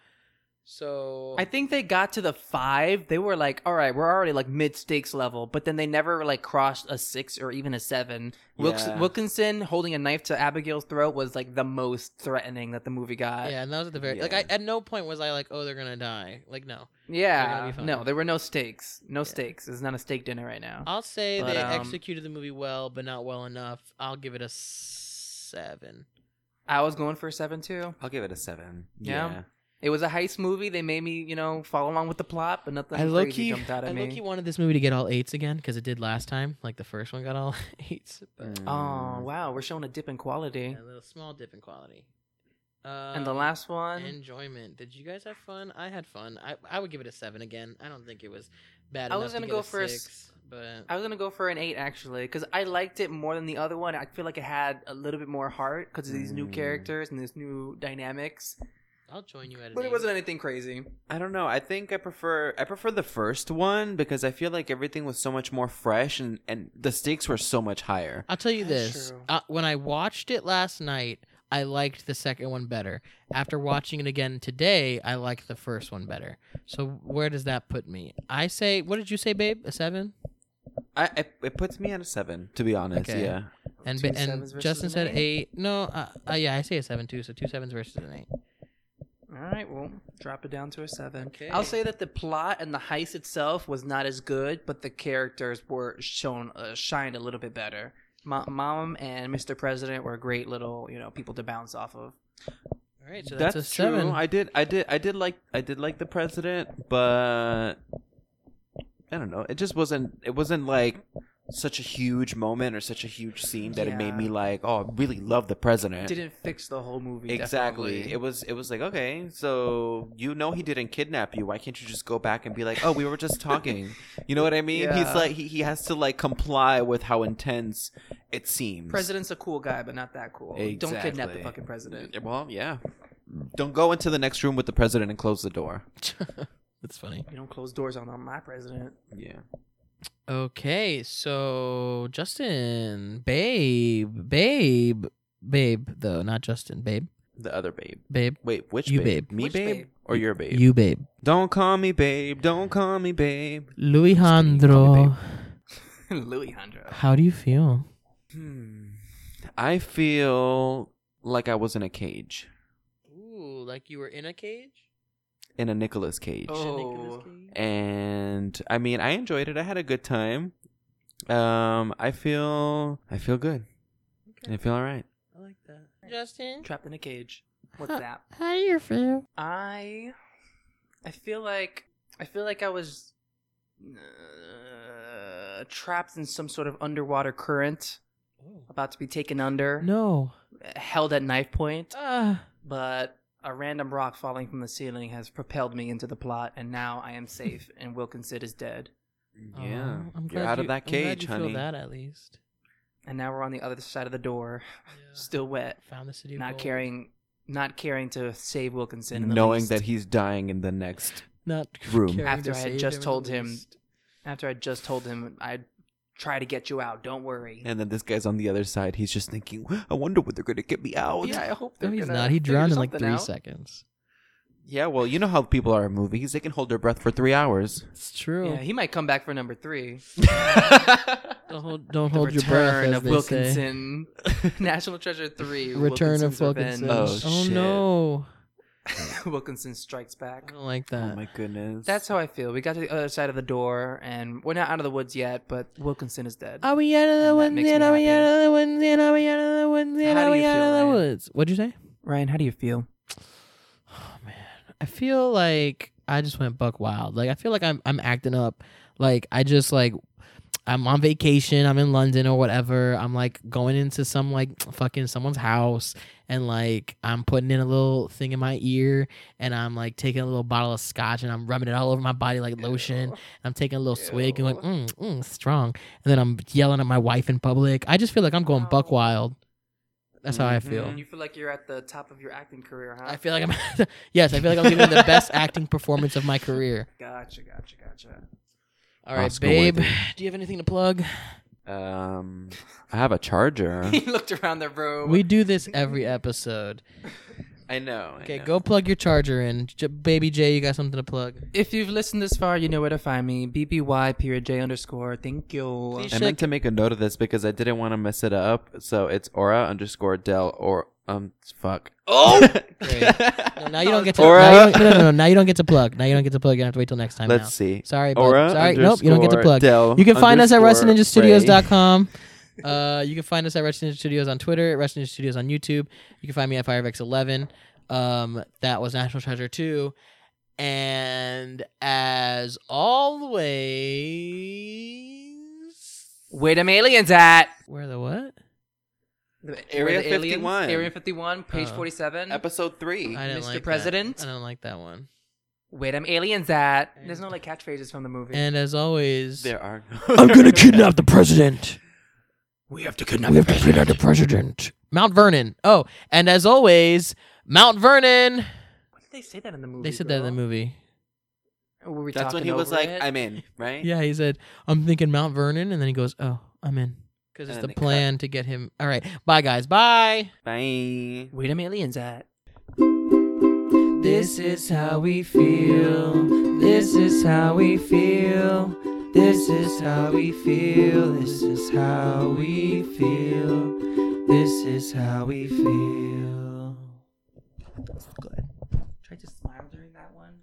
Speaker 1: So
Speaker 2: I think they got to the five. They were like, all right, we're already like mid stakes level, but then they never like crossed a six or even a seven. Wilkes-
Speaker 3: Yeah.
Speaker 2: Wilkinson holding a knife to Abigail's throat was like the most threatening that the movie got.
Speaker 1: yeah, and that was at the very like.
Speaker 3: Yeah.
Speaker 1: I, at no point was I like, "Oh, they're gonna die." Like, no. They're
Speaker 2: Yeah.
Speaker 1: gonna be fine.
Speaker 2: No, there were no stakes. No stakes. It's not a steak dinner right now.
Speaker 1: I'll say
Speaker 2: But,
Speaker 1: they
Speaker 2: um,
Speaker 1: executed the movie well, but not well enough. I'll give it a seven.
Speaker 2: I was going for a seven too.
Speaker 3: I'll give it a seven.
Speaker 2: Yeah. It was a heist movie. They made me, you know, follow along with the plot, but nothing
Speaker 1: I
Speaker 2: crazy
Speaker 1: low-key-
Speaker 2: jumped out at
Speaker 1: I
Speaker 2: me.
Speaker 1: low-key wanted this movie to get all eights again because it did last time. Like the first one got all eights, but
Speaker 3: Mm.
Speaker 2: Oh wow, we're showing a dip in quality.
Speaker 1: a little small dip in quality. Um,
Speaker 2: and the last one,
Speaker 1: enjoyment. Did you guys have fun? I had fun. I I would give it a seven again. I don't think it was bad.
Speaker 2: I was
Speaker 1: enough to
Speaker 2: gonna
Speaker 1: get
Speaker 2: go
Speaker 1: a
Speaker 2: for a s-
Speaker 1: six, but
Speaker 2: I was gonna go for an eight actually, because I liked it more than the other one. I feel like it had a little bit more heart because of these new
Speaker 3: Mm.
Speaker 2: characters and these new dynamics.
Speaker 1: I'll join you at. An
Speaker 2: But
Speaker 1: eight.
Speaker 2: it wasn't anything crazy.
Speaker 3: I don't know. I think I prefer I prefer the first one because I feel like everything was so much more fresh and and the stakes were so much higher.
Speaker 1: I'll tell you
Speaker 2: That's
Speaker 1: this:
Speaker 2: true.
Speaker 1: uh, when I watched it last night, I liked the second one better. After watching it again today, I liked the first one better. So where does that put me? I say, what did you say, babe? A seven?
Speaker 3: I, I it puts me at a seven to be honest.
Speaker 1: Okay.
Speaker 3: Yeah.
Speaker 1: And
Speaker 2: Two
Speaker 1: ba-
Speaker 2: sevens
Speaker 1: and
Speaker 2: versus
Speaker 1: Justin
Speaker 2: an
Speaker 1: said eight. No, uh, uh, yeah, I say a seven too. So two sevens versus an eight.
Speaker 2: All right, well, drop it down to a seven.
Speaker 1: Okay.
Speaker 2: I'll say that the plot and the heist itself was not as good, but the characters were shown uh, shined a little bit better. Mo- Mom and Mr. President were great little, you know, people to bounce off of.
Speaker 1: All right, so that's, a
Speaker 3: true.
Speaker 1: seven.
Speaker 3: I did I did I did like I did like the president, but I don't know. It just wasn't it wasn't like such a huge moment or such a huge scene that it made
Speaker 2: Yeah.
Speaker 3: me like, oh, I really love the president.
Speaker 2: Didn't fix the whole movie.
Speaker 3: exactly.
Speaker 2: definitely.
Speaker 3: It was it was like, okay, so you know he didn't kidnap you. Why can't you just go back and be like, "Oh, we were just talking." you know what I mean?
Speaker 2: Yeah.
Speaker 3: He's like he, he has to like comply with how intense it seems.
Speaker 2: President's a cool guy, but not that cool. Don't kidnap the
Speaker 3: Exactly.
Speaker 2: fucking president.
Speaker 3: Well, yeah. Don't go into the next room with the president and close the door.
Speaker 1: that's funny.
Speaker 2: You don't close doors on, on my president.
Speaker 3: Yeah.
Speaker 1: Okay, so Justin, babe, babe, babe, though not Justin, babe,
Speaker 3: The other babe.
Speaker 1: babe,
Speaker 3: Wait, which
Speaker 1: You
Speaker 3: babe?
Speaker 1: babe.
Speaker 3: Me
Speaker 2: Which
Speaker 3: babe,
Speaker 2: babe?
Speaker 3: or your babe?
Speaker 1: you babe,
Speaker 3: Don't call me babe. Don't call me babe.
Speaker 1: Louis
Speaker 3: kidding, you call me
Speaker 1: Handro.
Speaker 2: Louis Andro.
Speaker 1: How do you feel?
Speaker 3: Hmm. I feel like I was in a cage,
Speaker 1: Ooh, like you were in a cage?
Speaker 3: in a Nicolas cage.
Speaker 2: Oh.
Speaker 3: And I mean, I enjoyed it. I had a good time. Um, I feel I feel good. I feel all right.
Speaker 1: I like that. Justin?
Speaker 2: Trapped in a cage. What's that?
Speaker 1: How do you feel?
Speaker 2: I I feel like I feel like I was uh, uh, trapped in some sort of underwater current, about to be taken under,
Speaker 6: No.
Speaker 2: held at knife point.
Speaker 6: Ah.
Speaker 2: but a random rock falling from the ceiling has propelled me into the plot, and now I am safe, and Wilkinson is dead.
Speaker 3: Yeah,
Speaker 1: Oh,
Speaker 3: you're
Speaker 1: glad
Speaker 3: out of
Speaker 1: you-
Speaker 3: that
Speaker 1: I'm glad
Speaker 3: cage,
Speaker 1: you
Speaker 3: honey.
Speaker 1: Feel that at least.
Speaker 2: And now we're on the other side of the door, still wet,
Speaker 1: Found the city. Of
Speaker 2: not
Speaker 1: gold.
Speaker 2: caring, not caring to save Wilkinson, in the
Speaker 3: knowing
Speaker 2: least.
Speaker 3: that he's dying in the next.
Speaker 1: Not
Speaker 3: Room.
Speaker 1: caring to
Speaker 2: After I had
Speaker 1: save
Speaker 2: just
Speaker 1: in the
Speaker 2: told him-
Speaker 1: least.
Speaker 2: After I just told him I'd try to get you out, don't worry.
Speaker 3: And then this guy's on the other side. He's just thinking, I wonder when they're gonna get me
Speaker 1: Oh,
Speaker 3: out.
Speaker 2: yeah, I
Speaker 1: No,
Speaker 2: hope they're
Speaker 1: he's
Speaker 2: gonna
Speaker 1: not. He
Speaker 2: figure
Speaker 1: drowned in like
Speaker 2: something
Speaker 1: three
Speaker 2: out.
Speaker 1: seconds.
Speaker 3: Yeah, well, you know how people are in movies. They can hold their breath for three hours.
Speaker 1: It's true.
Speaker 2: Yeah, he might come back for number three.
Speaker 1: Don't hold, don't
Speaker 2: the
Speaker 1: hold your breath.
Speaker 2: return
Speaker 1: As
Speaker 2: of
Speaker 1: they Say.
Speaker 2: Wilkinson, National Treasure three.
Speaker 1: Return
Speaker 2: Wilkinson's
Speaker 1: of Wilkinson.
Speaker 2: Revenge.
Speaker 3: Oh, shit.
Speaker 1: no!
Speaker 2: Wilkinson strikes
Speaker 1: I
Speaker 2: back.
Speaker 1: don't like that.
Speaker 3: Oh my goodness.
Speaker 2: That's how I feel. We got to the other side of the door, and we're not out of the woods yet, but Wilkinson is dead.
Speaker 1: Are we out of
Speaker 2: And
Speaker 1: the
Speaker 2: that
Speaker 1: woods
Speaker 2: makes
Speaker 1: yet?
Speaker 2: me
Speaker 1: Are we
Speaker 2: happy.
Speaker 1: out of the woods yet? Are we out of the woods yet?
Speaker 2: How do
Speaker 1: Are we
Speaker 2: you
Speaker 1: out
Speaker 2: feel,
Speaker 1: of the
Speaker 2: Ryan?
Speaker 1: woods? What'd you say?
Speaker 2: Ryan, how do you feel?
Speaker 1: Oh man, I feel like I just went buck wild. Like I feel like I'm I'm acting up. Like I just like I'm on vacation. I'm in London or whatever. I'm like going into some like fucking someone's house and like I'm putting in a little thing in my ear and I'm like taking a little bottle of scotch and I'm rubbing it all over my body like lotion. I'm taking a little swig and like mm, mm, strong. And then I'm yelling at my wife in public. I just feel like I'm going buck wild. That's how I feel.
Speaker 2: You feel like you're at the top of your acting career, huh?
Speaker 1: I feel like I'm. yes, I feel like I'm giving the best acting performance of my career.
Speaker 2: Gotcha, gotcha, gotcha.
Speaker 1: All right,
Speaker 3: Oscar
Speaker 1: babe.
Speaker 3: worthy.
Speaker 1: Do you have anything to plug?
Speaker 3: Um, I have a charger.
Speaker 2: he looked around the room.
Speaker 1: We do this every episode.
Speaker 3: I know. I
Speaker 1: Okay,
Speaker 3: know.
Speaker 1: go plug your charger in, J- baby J. You got something to plug?
Speaker 2: if you've listened this far, you know where to find me. BBY period J underscore. Thank you.
Speaker 3: I meant to make a note of this because I didn't want to mess it up. So it's aura underscore del or um fuck. Oh,
Speaker 1: No, now you don't get to.
Speaker 3: Aura.
Speaker 1: Now you don't, no, no, no, Now you don't get to plug. Now you don't get to plug. You have to wait till next time.
Speaker 3: Let's
Speaker 1: now.
Speaker 3: see.
Speaker 1: Sorry, bud.
Speaker 3: Aura
Speaker 1: Sorry, nope. You don't get to
Speaker 3: underscore
Speaker 1: plug.
Speaker 3: Del
Speaker 1: You can find us at
Speaker 3: underscore
Speaker 1: WrestleNinjaStudios.com. Uh, you can find us at Wrestling Ninja Studios on Twitter, at Wrestling Ninja Studios on YouTube. You can find me at FireVex11. Um, that was National Treasure 2. And as always,
Speaker 2: Where them aliens at?
Speaker 1: where the what?
Speaker 2: The,
Speaker 3: Area
Speaker 2: where the aliens?
Speaker 3: 51.
Speaker 2: Area 51, page
Speaker 1: Oh.
Speaker 2: 47.
Speaker 3: episode three.
Speaker 1: I didn't
Speaker 2: Mr.
Speaker 1: like that.
Speaker 2: President?
Speaker 1: I don't like that one.
Speaker 2: Where them aliens at? There's no like catchphrases from the movie.
Speaker 1: And as always,
Speaker 3: There are.
Speaker 1: I'm gonna kidnap the president.
Speaker 2: we have to kidnap
Speaker 1: We have to kidnap the president. Mount Vernon. Oh, and as always, Mount Vernon.
Speaker 2: Why did they say that in the movie?
Speaker 1: They said that in the
Speaker 2: girl?
Speaker 1: movie.
Speaker 2: Were we
Speaker 3: That's when
Speaker 2: talking
Speaker 3: he was
Speaker 2: over
Speaker 3: like,
Speaker 2: it?
Speaker 3: "I'm in," right?
Speaker 1: Yeah, he said, I'm thinking Mount Vernon. And then he goes, Oh, I'm in. Because it's
Speaker 3: And then
Speaker 1: the
Speaker 3: they cut.
Speaker 1: plan to get him. All right. Bye, guys. Bye.
Speaker 3: Bye.
Speaker 2: Where them aliens at?
Speaker 6: This is how we feel. This is how we feel. This is how we feel. This is how we feel. This is how we feel.
Speaker 2: Good. Try to smile during that one.